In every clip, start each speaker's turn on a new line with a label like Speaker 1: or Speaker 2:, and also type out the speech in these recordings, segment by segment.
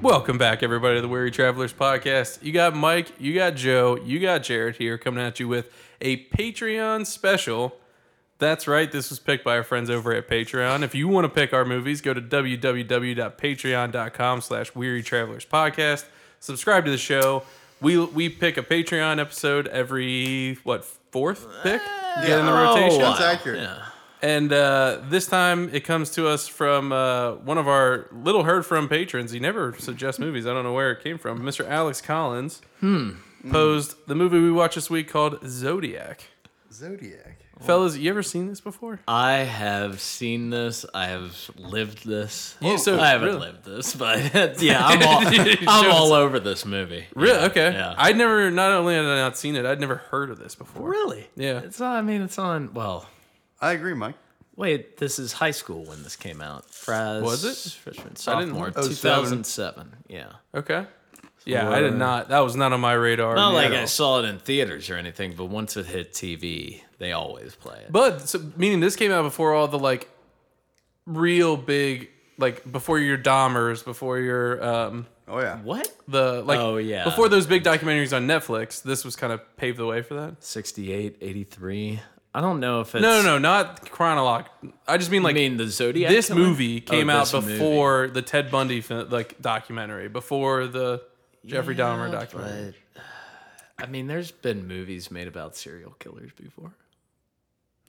Speaker 1: Welcome back, everybody, to the Weary Travelers podcast. You got Mike, you got Joe, you got Jared here coming at you with a Patreon special. That's right, this was picked by our friends over at Patreon. If you want to pick our movies, go to www.patreon.com slash Weary Travelers podcast. Subscribe to the show. We, we pick a Patreon episode every, what, fourth pick? Get in the rotation.
Speaker 2: That's accurate.
Speaker 1: And uh, this time it comes to us from uh, one of our Little Heard From patrons. He never suggests movies. I don't know where it came from. Mr. Alex Collins
Speaker 3: Hmm.
Speaker 1: posed the movie we watched this week called Zodiac.
Speaker 2: Zodiac.
Speaker 1: Fellas, you ever seen this before?
Speaker 3: I have seen this. I have lived this.
Speaker 1: Yeah, so-
Speaker 3: I haven't
Speaker 1: really?
Speaker 3: lived this, but yeah, I'm all,
Speaker 1: You
Speaker 3: I'm
Speaker 1: showed us.
Speaker 3: all over this movie.
Speaker 1: Really? okay.
Speaker 3: yeah.
Speaker 1: I'd never, not only had I not seen it, I'd never heard of this before.
Speaker 3: Really?
Speaker 1: Yeah.
Speaker 3: It's on, I mean, it's on. Well,
Speaker 2: I agree, Mike.
Speaker 3: wait. This is high school when this came out. Fres-
Speaker 1: Was it?
Speaker 3: freshman
Speaker 1: I didn't-
Speaker 3: sophomore?
Speaker 2: Oh, seven.
Speaker 3: 2007. Yeah.
Speaker 1: Okay. Yeah, I did not. That was not on my radar.
Speaker 3: Not
Speaker 1: at
Speaker 3: like
Speaker 1: all.
Speaker 3: I saw it in theaters or anything, but once it hit TV, they always play it.
Speaker 1: But so, meaning this came out before all the like real big, like before your Dahmers, before your um,
Speaker 2: Oh yeah.
Speaker 3: what?
Speaker 1: the like
Speaker 3: Oh, yeah.
Speaker 1: before those big documentaries on Netflix, this was kind of paved the way for that.
Speaker 3: 68, 83. I don't know if it's.
Speaker 1: No, no, no, not chronolog. I just mean
Speaker 3: I
Speaker 1: like
Speaker 3: mean, the Zodiac.
Speaker 1: this
Speaker 3: Killer?
Speaker 1: movie
Speaker 3: Oh,
Speaker 1: came out
Speaker 3: this movie.
Speaker 1: before the Ted Bundy fi- like documentary, before the Jeffrey Dahmer
Speaker 3: Yeah,
Speaker 1: documentary.
Speaker 3: but, I mean, there's been movies made about serial killers before.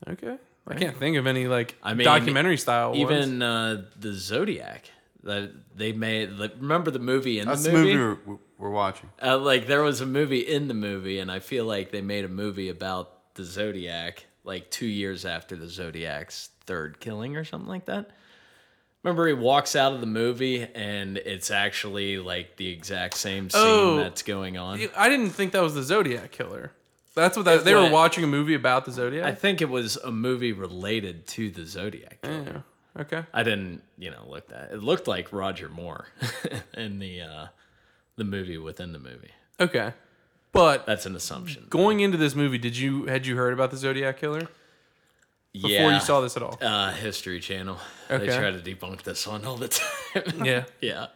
Speaker 1: Okay, I can't think of any like
Speaker 3: I mean,
Speaker 1: documentary style. ones.
Speaker 3: Even uh, the Zodiac that they made. Like, remember the movie in
Speaker 2: That's
Speaker 3: the movie?
Speaker 2: we're, we're- we're watching.
Speaker 3: Uh, like there was a movie in the movie, and I feel like they made a movie about the Zodiac like two years after the Zodiac's third killing or something like that. Remember, he walks out of the movie, and it's actually like the exact same scene
Speaker 1: Oh.
Speaker 3: that's going on.
Speaker 1: I didn't think that was the Zodiac killer. That's what that, they were
Speaker 3: what-
Speaker 1: watching a movie about the Zodiac.
Speaker 3: I think it was a movie related to the Zodiac. killer.
Speaker 1: yeah. Okay.
Speaker 3: I didn't, you know, look that. It looked like Roger Moore in the uh, the movie within the movie.
Speaker 1: Okay. But
Speaker 3: That's an assumption.
Speaker 1: going into this movie, did you had you heard about the Zodiac killer before
Speaker 3: yeah.
Speaker 1: you saw this at all?
Speaker 3: uh, History Channel. They
Speaker 1: Okay.
Speaker 3: try to debunk this one all the time.
Speaker 1: Yeah.
Speaker 3: yeah.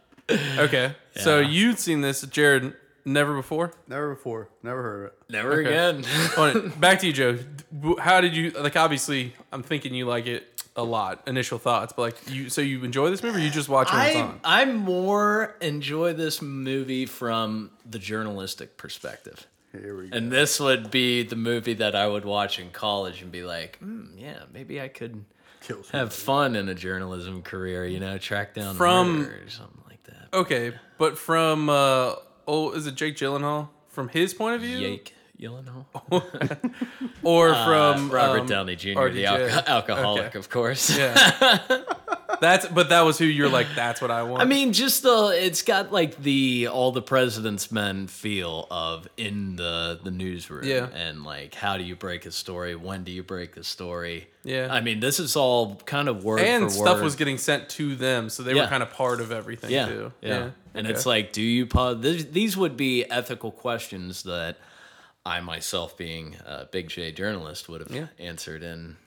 Speaker 1: Okay. So you'd seen this, Jared, never before.
Speaker 2: Never before. Never heard of it.
Speaker 3: Never again.
Speaker 1: On it. Back to you, Joe. W- How did you like? Obviously, I'm thinking you like it a lot. Initial thoughts, but like you, so you enjoy this movie? Or you just watch when it's
Speaker 3: I
Speaker 1: on?
Speaker 3: I more enjoy this movie from the journalistic perspective.
Speaker 2: Here we go.
Speaker 3: And this would be the movie that I would watch in college and be like, hmm, yeah, maybe I could
Speaker 2: Kills.
Speaker 3: have fun in a journalism career, you know, track down
Speaker 1: From-
Speaker 3: murder or something like that.
Speaker 1: Okay, but from uh, oh, is it Jake Gyllenhaal? From his point of view,
Speaker 3: Jake Gyllenhaal,
Speaker 1: or from
Speaker 3: Uh, Robert
Speaker 1: um,
Speaker 3: Downey Jr.,
Speaker 1: RDJ.
Speaker 3: the alco- alcoholic,
Speaker 1: Okay.
Speaker 3: of course.
Speaker 1: Yeah. That's but that was who you're like. That's what I want.
Speaker 3: I mean, just the it's got like the all the president's men feel of in the the newsroom,
Speaker 1: Yeah.
Speaker 3: and like how do you break a story? When do you break the story?
Speaker 1: Yeah.
Speaker 3: I mean, this is all kind of word
Speaker 1: and
Speaker 3: for
Speaker 1: stuff
Speaker 3: word.
Speaker 1: was getting sent to them, so they were
Speaker 3: Yeah.
Speaker 1: kind of part of everything too.
Speaker 3: Yeah. And it's like, do you pause? These, these would be ethical questions that I myself, being a big J journalist, would have answered in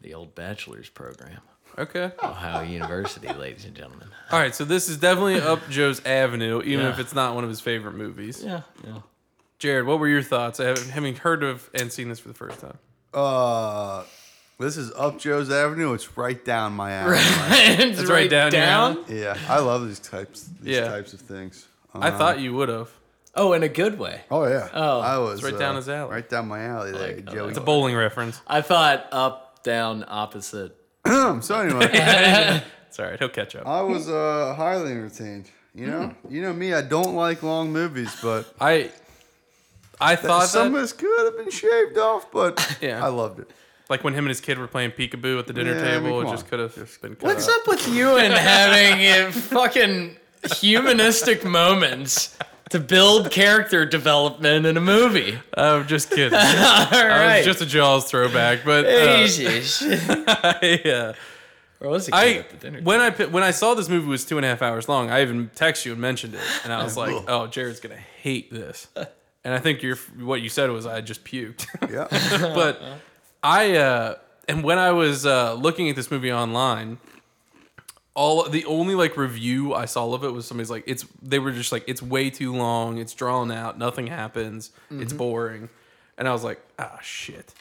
Speaker 3: the old bachelor's program,
Speaker 1: okay,
Speaker 3: Ohio University, ladies and gentlemen.
Speaker 1: all right. So this is definitely up Joe's avenue, even if it's not one of his favorite movies.
Speaker 3: Yeah. Yeah.
Speaker 1: Jared, what were your thoughts? I haven't- Having heard of and seen this for the first time.
Speaker 2: Uh, this is up Joe's Avenue. It's right down my alley.
Speaker 3: it's
Speaker 1: right down your alley?
Speaker 2: Yeah, I love these types. These
Speaker 1: Yeah.
Speaker 2: types of things.
Speaker 1: I thought you would have.
Speaker 3: Oh, in a good way.
Speaker 2: Oh yeah.
Speaker 3: Oh.
Speaker 2: I was
Speaker 1: right
Speaker 2: uh,
Speaker 1: down his alley.
Speaker 2: Right down my alley, there, Joey.
Speaker 1: It's a bowling reference.
Speaker 3: I thought up, down, opposite.
Speaker 2: so anyway,
Speaker 1: It's all right. He'll catch up.
Speaker 2: I was uh, highly entertained. You know, you know me. I don't like long movies, but
Speaker 1: I I thought
Speaker 2: some
Speaker 1: that,
Speaker 2: of this could have been shaved off. But
Speaker 1: Yeah.
Speaker 2: I loved it.
Speaker 1: like when him and his kid were playing peekaboo at the dinner
Speaker 2: Yeah, I mean,
Speaker 1: table,
Speaker 2: come
Speaker 1: it just
Speaker 2: on.
Speaker 1: could have been. Cut
Speaker 3: What's
Speaker 1: out.
Speaker 3: up with you and having uh, fucking humanistic moments to build character development in a movie?
Speaker 1: I'm Oh, just kidding. It's
Speaker 3: All right.
Speaker 1: just a Jaws throwback, but uh,
Speaker 3: Jesus.
Speaker 1: I, uh,
Speaker 3: Or was it
Speaker 1: I
Speaker 3: at the dinner?
Speaker 1: when I pi- when I saw this movie was two and a half hours long. I even texted you and mentioned it, and I was like, "Oh, Jared's gonna hate this." And I think your what you said was I just puked.
Speaker 2: Yeah.
Speaker 1: but I uh, and when I was uh, looking at this movie online, all the only like review I saw of it was somebody's like it's they were just like it's way too long, it's drawn out, nothing happens, it's boring, and I was like ah shit.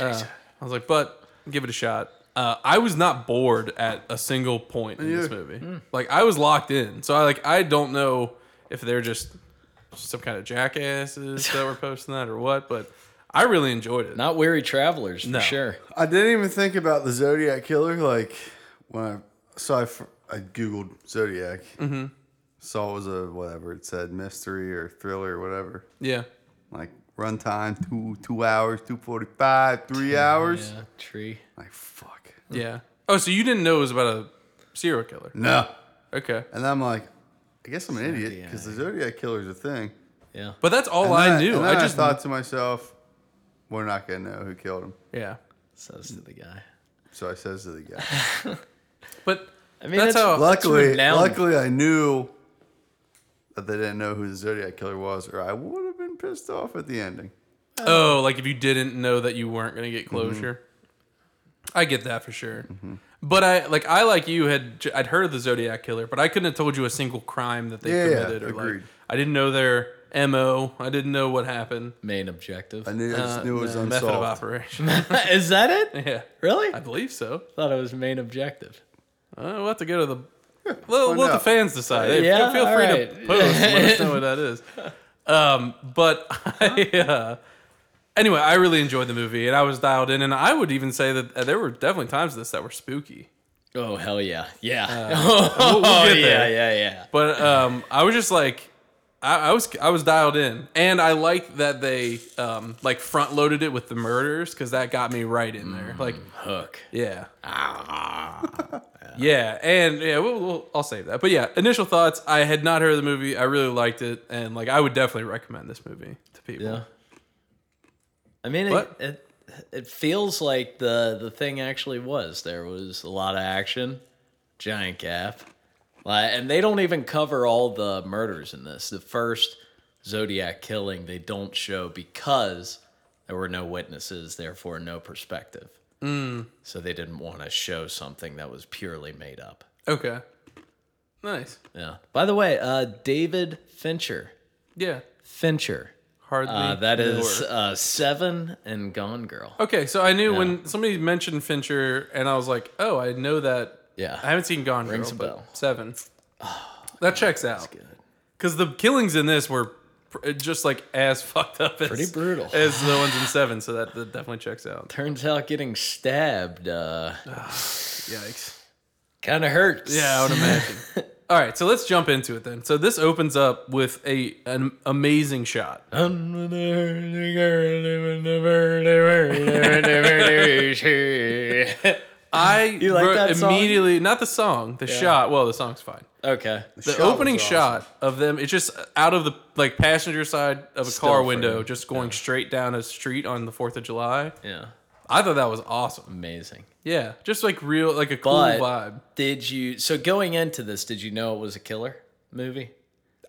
Speaker 1: Uh, I was like, but give it a shot. Uh, I was not bored at a single point in this
Speaker 2: Neither.
Speaker 1: movie. Like I was locked in, so I like I don't know if they're just some kind of jackasses that were posting that or what, but I really enjoyed it.
Speaker 3: Not weary travelers for
Speaker 1: No.
Speaker 3: sure.
Speaker 2: I didn't even think about the Zodiac killer. Like when I so I, fr- I googled Zodiac, mm-hmm. saw it was a whatever it said mystery or thriller or whatever.
Speaker 1: yeah,
Speaker 2: Like runtime two two hours, two forty five, three hours.
Speaker 3: Yeah, tree.
Speaker 2: Like fuck.
Speaker 1: yeah. Oh, so you didn't know it was about a serial killer?
Speaker 2: No.
Speaker 1: Okay,
Speaker 2: And I'm like, I guess I'm an idiot because the Zodiac killer's a thing.
Speaker 3: Yeah.
Speaker 1: but that's all
Speaker 2: And then
Speaker 1: I knew.
Speaker 2: And then
Speaker 1: I just
Speaker 2: thought to myself, we're not gonna know who killed him.
Speaker 1: yeah.
Speaker 3: Says to the guy.
Speaker 2: So I says to the guy.
Speaker 1: But
Speaker 3: I mean,
Speaker 1: That's
Speaker 3: that's
Speaker 1: how-
Speaker 3: how.
Speaker 2: Luckily,
Speaker 3: renowned.
Speaker 2: luckily, I knew that they didn't know who the Zodiac killer was, or I would have been pissed off at the ending.
Speaker 1: oh, like if you didn't know that you weren't going to
Speaker 2: Mm-hmm.
Speaker 1: get closure, I get that for sure. But I like I like you had j- I'd heard of the Zodiac killer, but I couldn't have told you a single crime that they
Speaker 2: Yeah, yeah,
Speaker 1: committed or like
Speaker 2: agreed.
Speaker 1: I didn't know their mo. I didn't know what happened.
Speaker 3: Main objective.
Speaker 2: I knew, I just
Speaker 1: Uh,
Speaker 2: knew it was
Speaker 1: the method of
Speaker 2: unsolved.
Speaker 1: operation.
Speaker 3: Is that it?
Speaker 1: yeah,
Speaker 3: Really?
Speaker 1: I
Speaker 3: I
Speaker 1: believe so.
Speaker 3: thought it was main objective.
Speaker 1: Uh, we'll have to go to the. We'll,
Speaker 2: find
Speaker 1: we'll let the
Speaker 2: out.
Speaker 1: fans decide. Hey, feel-
Speaker 3: Yeah,
Speaker 1: feel
Speaker 3: all
Speaker 1: free to
Speaker 3: right.
Speaker 1: post. and let us know what that is. Um, but I, uh, anyway, I really enjoyed the movie, and I was dialed in. And I would even say that uh, there were definitely times of this that were spooky.
Speaker 3: Oh hell yeah, yeah.
Speaker 1: Uh, we'll
Speaker 3: oh
Speaker 1: get
Speaker 3: yeah,
Speaker 1: there.
Speaker 3: yeah, yeah.
Speaker 1: But um, I was just like, I, I was I was dialed in, and I liked that they um, like front loaded it with the murders because that got me right in there. Like,
Speaker 3: Hook.
Speaker 1: yeah.
Speaker 3: Ah.
Speaker 1: Yeah, and yeah, we'll, we'll, I'll save that. But yeah, initial thoughts. I had not heard of the movie. I really liked it, and like I would definitely recommend this movie to people.
Speaker 3: Yeah. I mean, it,
Speaker 1: What?
Speaker 3: it it feels like the the thing actually was. There was a lot of action, giant gap, Like, and they don't even cover all the murders in this. The first Zodiac killing they don't show because there were no witnesses, therefore no perspective.
Speaker 1: Mm.
Speaker 3: So they didn't want to show something that was purely made up.
Speaker 1: Okay. Nice.
Speaker 3: Yeah. By the way, uh, David Fincher.
Speaker 1: Yeah.
Speaker 3: Fincher.
Speaker 1: Hardly.
Speaker 3: Uh, that is
Speaker 1: Lower.
Speaker 3: uh, Seven and Gone Girl.
Speaker 1: Okay, so I knew when somebody mentioned Fincher, and I was like, "Oh, I know that."
Speaker 3: Yeah.
Speaker 1: I haven't seen Gone
Speaker 3: Rings
Speaker 1: Girl,
Speaker 3: a
Speaker 1: but
Speaker 3: bell.
Speaker 1: Seven. that checks out. Because the killings in this were pr- just like as fucked up as
Speaker 3: Pretty brutal.
Speaker 1: as the ones in Seven, so that, that definitely checks out.
Speaker 3: Turns out getting stabbed uh,
Speaker 1: Yikes.
Speaker 3: kind of hurts.
Speaker 1: Yeah, I would imagine. All right, so let's jump into it then. So this opens up with a an amazing shot. I
Speaker 3: like
Speaker 1: wrote
Speaker 3: that song?
Speaker 1: immediately not the song, the shot. Well, the song's fine.
Speaker 3: okay.
Speaker 1: The
Speaker 2: shot
Speaker 1: opening
Speaker 2: was awesome.
Speaker 1: shot of them, it's just out of the like passenger side of a
Speaker 3: Still
Speaker 1: car
Speaker 3: frame.
Speaker 1: window, just going straight down a street on the Fourth of July.
Speaker 3: Yeah.
Speaker 1: I thought that was awesome.
Speaker 3: Amazing.
Speaker 1: Yeah, just like real, like a cool
Speaker 3: But-
Speaker 1: vibe.
Speaker 3: Did you? So going into this, did you know it was a killer movie?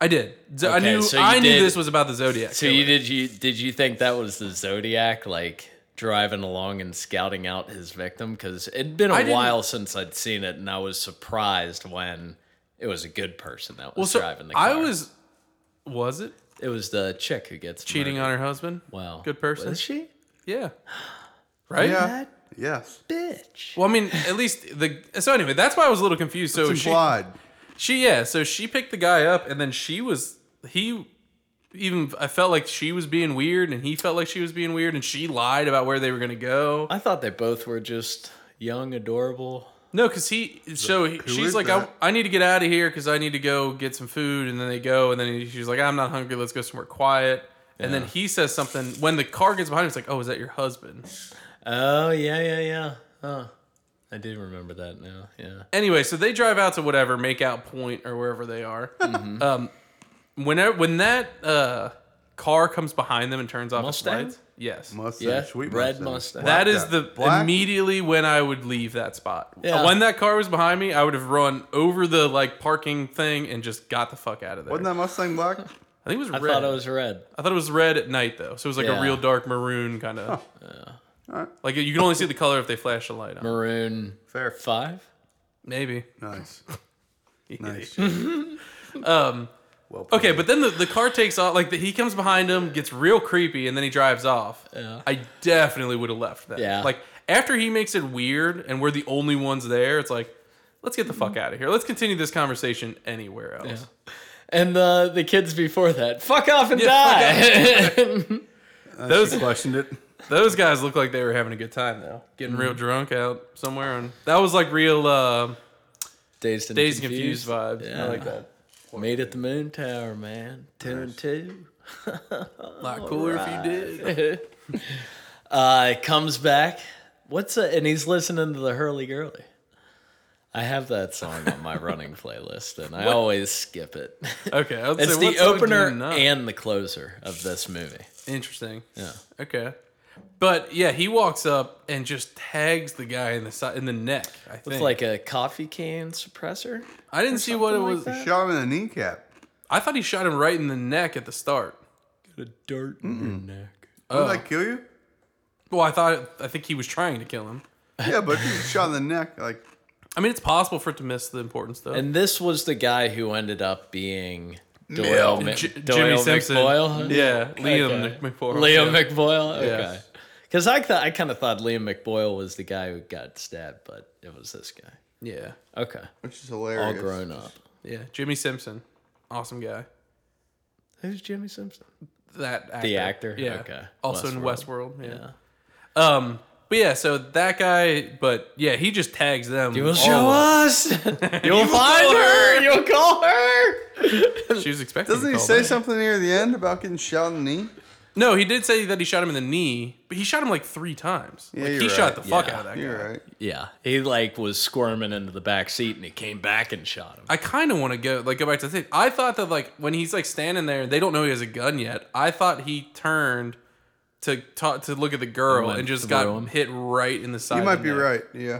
Speaker 1: I did. So I
Speaker 3: Okay,
Speaker 1: knew
Speaker 3: so you
Speaker 1: I knew
Speaker 3: did-
Speaker 1: this was about the Zodiac.
Speaker 3: So you did you did you think that was the Zodiac like driving along and scouting out his victim? Because it'd been
Speaker 1: I
Speaker 3: a
Speaker 1: didn't-
Speaker 3: while since I'd seen it, and I was surprised when it was a good person that was
Speaker 1: Well, so
Speaker 3: driving the car.
Speaker 1: I was, was it
Speaker 3: It was the chick who gets
Speaker 1: cheating on her husband?
Speaker 3: Wow,
Speaker 1: Good person.
Speaker 3: Is she?
Speaker 1: Yeah. Right?
Speaker 2: Yeah.
Speaker 3: That
Speaker 2: Yes.
Speaker 3: bitch.
Speaker 1: Well, I mean, at least the so anyway, that's why I was a little confused. So
Speaker 2: It's
Speaker 1: she,
Speaker 2: implied.
Speaker 1: she, yeah, so she picked the guy up, and then she was he. Even I felt like she was being weird, and he felt like she was being weird, and she lied about where they were gonna go.
Speaker 3: I thought they both were just young, adorable.
Speaker 1: No, because he. So he, she's
Speaker 2: is
Speaker 1: like, I,
Speaker 2: that?
Speaker 1: I need to get out of here because I need to go get some food, and then they go, and then he, she's like, I'm not hungry. Let's go somewhere quiet. And then he says something when the car gets behind him. It's like, oh, is that your husband?
Speaker 3: Oh yeah, yeah, yeah. Huh. I do remember that now. Yeah.
Speaker 1: anyway, so they drive out to whatever make out point or wherever they are.
Speaker 2: Mm-hmm.
Speaker 1: Um, whenever when that uh, car comes behind them and turns off
Speaker 3: Mustang?
Speaker 1: its lights, yes,
Speaker 2: Mustache.
Speaker 3: Yeah.
Speaker 2: Sweet
Speaker 3: Red
Speaker 2: mustache.
Speaker 3: Mustang.
Speaker 1: that is
Speaker 2: Black-
Speaker 1: the
Speaker 2: black-
Speaker 1: immediately when I would leave that spot.
Speaker 3: Yeah.
Speaker 1: When that car was behind me, I would have run over the like parking thing and just got the fuck out of there.
Speaker 2: Wasn't that Mustang black?
Speaker 1: I think it was
Speaker 3: I
Speaker 1: red.
Speaker 3: thought it was red.
Speaker 1: I thought it was red at night though, so it was like a
Speaker 3: Yeah.
Speaker 1: real dark maroon kind of.
Speaker 2: Alright.
Speaker 1: Like you can only see the color if they flash a light on.
Speaker 3: Maroon
Speaker 2: Fair.
Speaker 3: five.
Speaker 1: Maybe.
Speaker 2: Nice. Nice. well,
Speaker 1: Um, Okay, but then the, the car takes off. Like the, he comes behind him, gets real creepy, and then he drives off.
Speaker 3: Yeah.
Speaker 1: I definitely would have left that.
Speaker 3: Uh-huh. Yeah.
Speaker 1: Like after he makes it weird, and we're the only ones there. It's like, let's get the
Speaker 3: Mm-hmm.
Speaker 1: fuck out of here. Let's continue this conversation anywhere else.
Speaker 3: And the the kids before that, fuck off and
Speaker 1: Yeah,
Speaker 3: die.
Speaker 1: Those
Speaker 2: Uh, she questioned it.
Speaker 1: those guys look like they were having a good time though, getting
Speaker 3: Mm-hmm.
Speaker 1: real drunk out somewhere, and that was like real uh,
Speaker 3: Dazed and
Speaker 1: dazed and confused vibes.
Speaker 3: Yeah.
Speaker 1: I like that.
Speaker 3: Made at the moon tower, man. Two and two.
Speaker 1: Lot cooler if you did.
Speaker 3: Uh, comes back. What's a, and he's listening to the Hurley Gurley. I have that song on my running playlist, and I always skip it.
Speaker 1: Okay, I would
Speaker 3: It's
Speaker 1: say,
Speaker 3: the
Speaker 1: what song do you
Speaker 3: opener
Speaker 1: not?
Speaker 3: and the closer of this movie.
Speaker 1: Interesting.
Speaker 3: Yeah.
Speaker 1: Okay. But yeah, he walks up and just tags the guy in the side in the neck. I think.
Speaker 3: It's like a coffee can suppressor.
Speaker 1: I didn't see what it
Speaker 3: something
Speaker 1: was.
Speaker 3: like that?
Speaker 2: Shot him in the kneecap.
Speaker 1: I thought he shot him right in the neck at the start.
Speaker 3: A dart in your neck.
Speaker 2: Would
Speaker 1: Oh.
Speaker 2: I kill you?
Speaker 1: Well, I thought I think he was trying to kill him.
Speaker 2: Yeah, but if you shot in the neck. Like,
Speaker 1: I mean, it's possible for it to miss the important stuff.
Speaker 3: And this was the guy who ended up being
Speaker 2: Mel.
Speaker 3: Doyle, Mc-
Speaker 1: J-
Speaker 3: Doyle
Speaker 1: Jimmy Simpson.
Speaker 3: McBoyle.
Speaker 1: Yeah, Liam
Speaker 3: Okay.
Speaker 1: McBoyle.
Speaker 3: Liam
Speaker 1: Yeah.
Speaker 3: McBoyle. Okay.
Speaker 1: Yes.
Speaker 3: Because I thought I kind of thought Liam McBoyle was the guy who got stabbed, but it was this guy.
Speaker 1: yeah,
Speaker 3: Okay.
Speaker 2: which is
Speaker 3: All
Speaker 2: hilarious.
Speaker 3: grown up.
Speaker 1: yeah. Jimmy Simpson, awesome guy.
Speaker 3: Who's Jimmy Simpson?
Speaker 1: That actor.
Speaker 3: The actor?
Speaker 1: Yeah.
Speaker 3: Okay.
Speaker 1: Also in
Speaker 3: Westworld.
Speaker 1: Westworld. Yeah. Um. But yeah, so that guy. But yeah, he just tags them.
Speaker 3: You will
Speaker 1: all
Speaker 3: show
Speaker 1: of-
Speaker 3: us. You'll find
Speaker 1: call
Speaker 3: her.
Speaker 1: her.
Speaker 3: You'll call her.
Speaker 1: She was expecting.
Speaker 2: Doesn't
Speaker 1: to
Speaker 2: he
Speaker 1: call
Speaker 2: say
Speaker 1: back.
Speaker 2: something near the end about getting shot in the knee?
Speaker 1: No, he did say that he shot him in the knee, but he shot him like three times.
Speaker 2: Yeah,
Speaker 1: like,
Speaker 2: you're
Speaker 1: he shot the
Speaker 2: right.
Speaker 1: fuck
Speaker 3: Yeah.
Speaker 1: out of that guy.
Speaker 2: You're right.
Speaker 3: Yeah, he like was squirming into the back seat, and he came back and shot him.
Speaker 1: I kind of want to go like go back to the thing. I thought that like when he's like standing there and they don't know he has a gun yet. I thought he turned to ta to look at the girl
Speaker 3: went
Speaker 1: and just
Speaker 3: through
Speaker 1: got
Speaker 3: him.
Speaker 1: hit right in the side.
Speaker 2: You
Speaker 1: of
Speaker 2: might
Speaker 1: the
Speaker 2: be
Speaker 1: neck.
Speaker 2: right. Yeah.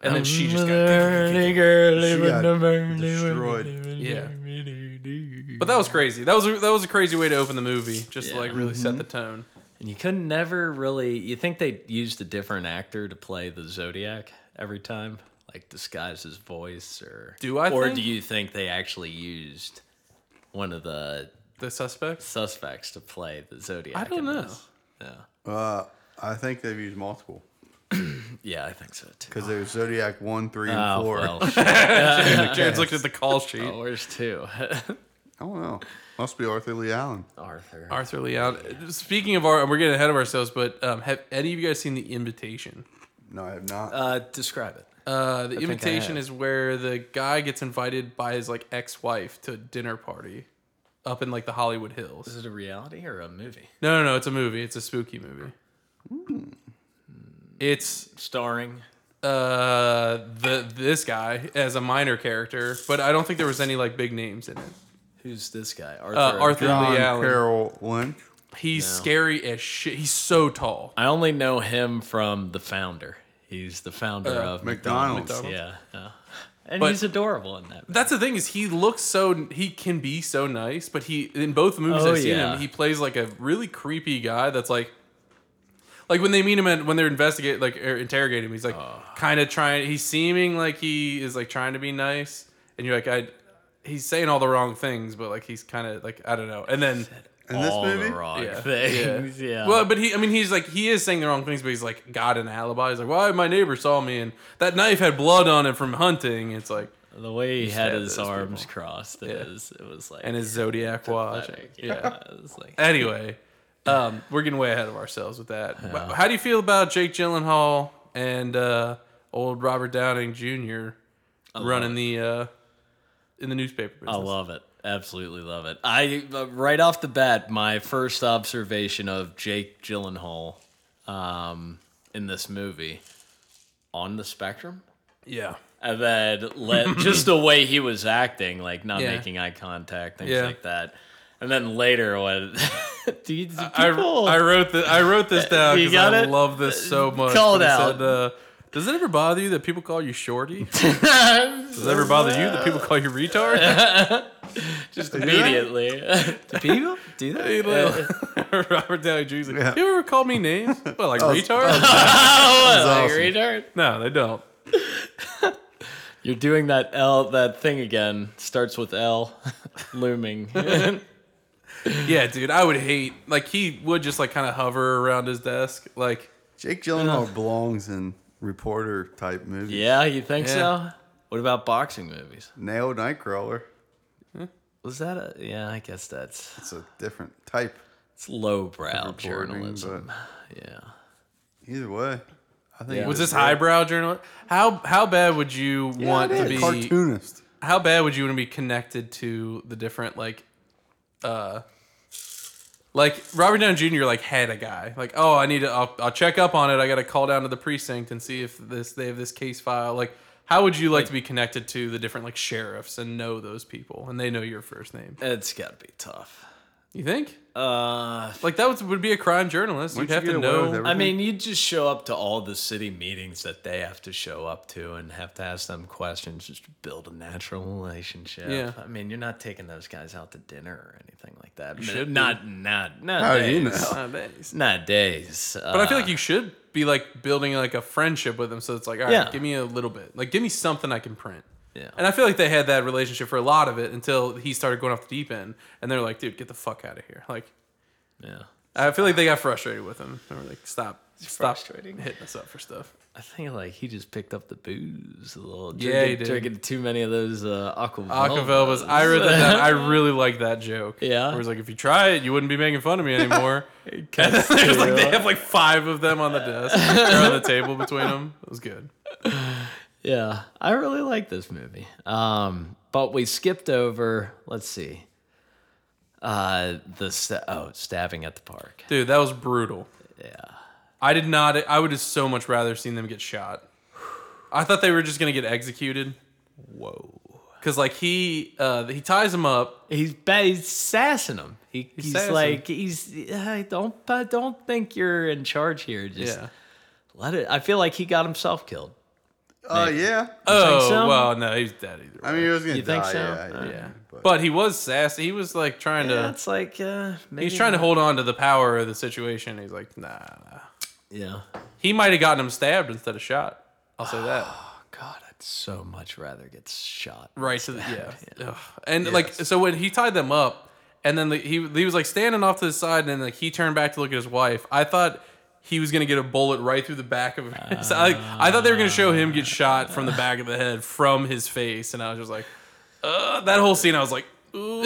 Speaker 1: And then she just
Speaker 3: Girly,
Speaker 1: got.
Speaker 3: girly,
Speaker 2: She
Speaker 3: with
Speaker 2: got
Speaker 3: the burly,
Speaker 2: destroyed.
Speaker 1: Yeah.
Speaker 3: Yeah.
Speaker 1: But that was crazy. That was a, that was a crazy way to open the movie, just to
Speaker 3: Yeah.
Speaker 1: like really set the tone.
Speaker 3: And you could never really. You think they used a different actor to play the Zodiac every time, like disguise his voice, or
Speaker 1: Do I
Speaker 3: Or
Speaker 1: think?
Speaker 3: do you think they actually used one of the
Speaker 1: The suspects.
Speaker 3: suspects to play the Zodiac?
Speaker 1: I don't
Speaker 3: in
Speaker 1: know.
Speaker 3: this? Yeah,
Speaker 2: Uh, I think they've used multiple
Speaker 3: yeah, I think so too.
Speaker 2: because there's Zodiac one, three, and
Speaker 3: Oh,
Speaker 2: four.
Speaker 3: well, shit.
Speaker 1: Jared's looked at the call sheet.
Speaker 3: Oh, where's two?
Speaker 2: I don't know. Must be Arthur Lee Allen.
Speaker 3: Arthur.
Speaker 1: Arthur Leon. Speaking of our, we're getting ahead of ourselves, but um, have any of you guys seen The Invitation?
Speaker 2: No, I have not.
Speaker 3: Uh, describe it.
Speaker 1: Uh, the
Speaker 3: think I
Speaker 1: invitation
Speaker 3: have.
Speaker 1: is where the guy gets invited by his like ex-wife to a dinner party up in like the Hollywood Hills.
Speaker 3: Is it a reality or a movie?
Speaker 1: No, no, no, it's a movie. It's a spooky movie.
Speaker 3: Hmm.
Speaker 1: It's
Speaker 3: Starring.
Speaker 1: uh the this guy as a minor character, but I don't think there was any like big names in it.
Speaker 3: Who's this guy? Arthur.
Speaker 1: Uh, Arthur
Speaker 2: John
Speaker 1: Lee Allen.
Speaker 2: Carroll Lynch.
Speaker 1: He's scary as shit. He's so tall.
Speaker 3: I only know him from the founder. He's the founder of
Speaker 2: Uh, McDonald's.
Speaker 3: Yeah, yeah. And
Speaker 1: But-
Speaker 3: he's adadorable in that.
Speaker 1: That's the thing is he looks so he can be so nice, but he in both movies
Speaker 3: Oh,
Speaker 1: I've seen
Speaker 3: yeah.
Speaker 1: him, he plays like a really creepy guy that's like like when they meet him and when they're investigating like er, interrogating him, he's like kind of trying he's seeming like he is like trying to be nice and you're like I he's saying all the wrong things, but like he's kind of like I don't know. And then
Speaker 2: In this
Speaker 3: All
Speaker 2: movie?
Speaker 3: the wrong
Speaker 1: Yeah,
Speaker 3: things. Yeah.
Speaker 1: well, but he I mean he's like he is saying the wrong things, but he's like got an alibi. He's like, "Why my neighbor saw me and that knife had blood on it from hunting." It's like
Speaker 3: the way he had
Speaker 1: stabbed
Speaker 3: his
Speaker 1: those
Speaker 3: arms
Speaker 1: people.
Speaker 3: crossed, it was it was like
Speaker 1: and his zodiac watch.
Speaker 3: pathetic.
Speaker 1: Yeah.
Speaker 3: Yeah, it was like
Speaker 1: anyway, um, we're getting way ahead of ourselves with that. But How do you feel about Jake Gyllenhaal and uh, old Robert Downing Jr. running the uh, in the newspaper business?
Speaker 3: I love it. Absolutely love it. I uh, right off the bat, my first observation of Jake Gyllenhaal um, in this movie on the spectrum.
Speaker 1: yeah,
Speaker 3: And then let, just the way he was acting, like not
Speaker 1: Yeah.
Speaker 3: making eye contact, things
Speaker 1: Yeah.
Speaker 3: like that. And then later, when do you do
Speaker 1: I,
Speaker 3: people-
Speaker 1: I wrote this. I wrote this down
Speaker 3: You
Speaker 1: because
Speaker 3: got
Speaker 1: I
Speaker 3: it?
Speaker 1: love this so much.
Speaker 3: Call it
Speaker 1: They
Speaker 3: out.
Speaker 1: said, uh, does it ever bother you that people call you shorty? Does it ever bother you that people call you retard?
Speaker 3: just immediately? do people do
Speaker 1: Hey,
Speaker 3: that?
Speaker 1: little- Robert Downey Jr. 's like,
Speaker 2: Yeah.
Speaker 1: You ever call me names? Well, like retard?
Speaker 3: Oh,
Speaker 2: That's
Speaker 3: like
Speaker 2: awesome.
Speaker 3: retard.
Speaker 1: No, they don't.
Speaker 3: You're doing that L that thing again. Starts with L, looming.
Speaker 1: Yeah, dude, I would hate like he would just like kind of hover around his desk, like
Speaker 2: Jake Gyllenhaal belongs in reporter type movies.
Speaker 3: yeah, you think
Speaker 1: Yeah.
Speaker 3: so? What about boxing movies?
Speaker 2: Nailed Nightcrawler.
Speaker 3: Was that a yeah? I guess that's
Speaker 2: It's a different type.
Speaker 3: it's lowbrow
Speaker 2: reporting,
Speaker 3: journalism. Yeah.
Speaker 2: Either way, I think
Speaker 3: Yeah.
Speaker 2: it
Speaker 1: was
Speaker 2: was
Speaker 1: this highbrow journal? How how bad would you want
Speaker 2: yeah,
Speaker 1: to be?
Speaker 2: cartoonist.
Speaker 1: How bad would you want to be connected to the different like, uh, like Robert Downey Jr. like had a guy like oh I need to I'll, I'll check up on it I got to call down to the precinct and see if this they have this case file like how would you like, to be connected to the different like sheriffs and know those people and they know your first name?
Speaker 3: It's got to be tough.
Speaker 1: You think
Speaker 3: Uh,
Speaker 1: like that would, would be a crime journalist? You'd
Speaker 2: Wouldn't you
Speaker 1: have
Speaker 2: get
Speaker 1: to
Speaker 2: away with
Speaker 1: know.
Speaker 2: everything?
Speaker 3: I mean, you just show up to all the city meetings that they have to show up to and have to ask them questions just to build a natural relationship.
Speaker 1: Yeah.
Speaker 3: I mean, you're not taking those guys out to dinner or anything like that. N-
Speaker 1: should be.
Speaker 3: not, not, not
Speaker 2: How do
Speaker 3: days.
Speaker 2: Oh, you know?
Speaker 3: Ah,
Speaker 1: Nowadays.
Speaker 3: Not days. Uh,
Speaker 1: But
Speaker 2: Ah.
Speaker 1: I feel like you should be like building like a friendship with them. So it's like, all right,
Speaker 3: Yeah.
Speaker 1: give me a little bit. Like, give me something I can print.
Speaker 3: Yeah.
Speaker 1: And I feel like they had that relationship for a lot of it until he started going off the deep end. And they're like, dude, get the fuck out of here. Like,
Speaker 3: yeah.
Speaker 1: I feel like they got frustrated with him. They were like, stop, stop
Speaker 3: frustrating.
Speaker 1: hitting us up for stuff.
Speaker 3: I think like he just picked up the booze a little.
Speaker 1: Yeah,
Speaker 3: drinking,
Speaker 1: he did.
Speaker 3: Drinking too many of those uh, Aquavelvas.
Speaker 1: Acapella was, I read that. down. I really like that joke.
Speaker 3: Yeah.
Speaker 1: Where it's like, if you try it, you wouldn't be making fun of me anymore. and then there's like, they have like five of them on the desk or on the table between them. It was good.
Speaker 3: Yeah, I really like this movie. Um, but we skipped over. Let's see. Uh, the sta- oh, stabbing at the park.
Speaker 1: Dude, that was brutal.
Speaker 3: Yeah,
Speaker 1: I did not. I would have so much rather seen them get shot. I thought they were just gonna get executed. Whoa. Cause like he uh, he ties them up.
Speaker 3: he's ba- he's sassing him. He, he's
Speaker 1: sassing.
Speaker 3: like he's uh, don't but don't think you're in charge here. Just
Speaker 1: Yeah.
Speaker 3: let it. I feel like he got himself killed.
Speaker 2: Oh yeah.
Speaker 1: Oh
Speaker 3: so?
Speaker 1: well, no, he's dead either.
Speaker 2: I mean, he was gonna
Speaker 3: You
Speaker 2: die.
Speaker 3: think so?
Speaker 2: Yeah,
Speaker 3: Uh,
Speaker 1: yeah.
Speaker 2: But,
Speaker 1: But, he was sassy. He was like trying
Speaker 3: Yeah,
Speaker 1: to.
Speaker 3: it's like uh, maybe
Speaker 1: He's trying to hold on to the power of the situation. He's like, nah. nah.
Speaker 3: Yeah.
Speaker 1: He might have gotten him stabbed instead of shot. I'll say that.
Speaker 3: Oh God, I'd so much rather get shot.
Speaker 1: Right. So yeah. Ugh. And like so when he tied them up, and then the, he he was like standing off to the side, and then like he turned back to look at his wife. I thought he was gonna get a bullet right through the back of his. like, I thought they were gonna show him get shot from the back of the head from his face, and I was just like, uh, that whole scene. I was like. "Ooh."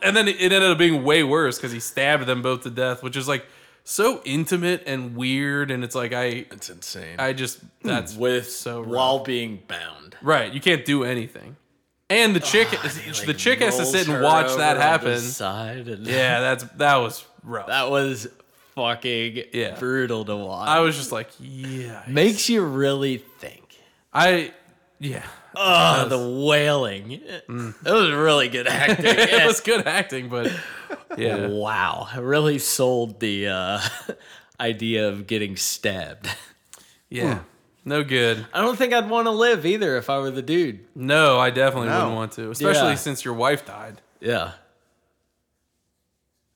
Speaker 1: and then it ended up being way worse because he stabbed them both to death, which is like so intimate and weird. And it's like I,
Speaker 3: It's insane.
Speaker 1: I just that's
Speaker 3: With
Speaker 1: so rough.
Speaker 3: while being bound.
Speaker 1: Right, you can't do anything. And the chick, the
Speaker 3: Ah, like,
Speaker 1: chick has to sit
Speaker 3: rolls
Speaker 1: and
Speaker 3: her
Speaker 1: watch
Speaker 3: over
Speaker 1: that
Speaker 3: on
Speaker 1: happen.
Speaker 3: the Side and
Speaker 1: Yeah, that's that was rough.
Speaker 3: that was fucking
Speaker 1: Yeah.
Speaker 3: brutal to watch.
Speaker 1: I was just like, yeah,
Speaker 3: Makes you really think.
Speaker 1: I, yeah,
Speaker 3: Oh, the wailing. It was really good acting.
Speaker 1: Mm. it was good acting, but yeah,
Speaker 3: Wow, it really sold the uh, idea of getting stabbed.
Speaker 1: yeah, no good.
Speaker 3: I don't think I'd want to live either if I were the dude.
Speaker 1: No, I definitely
Speaker 2: No.
Speaker 1: wouldn't want to, especially
Speaker 3: Yeah.
Speaker 1: since your wife died.
Speaker 3: Yeah.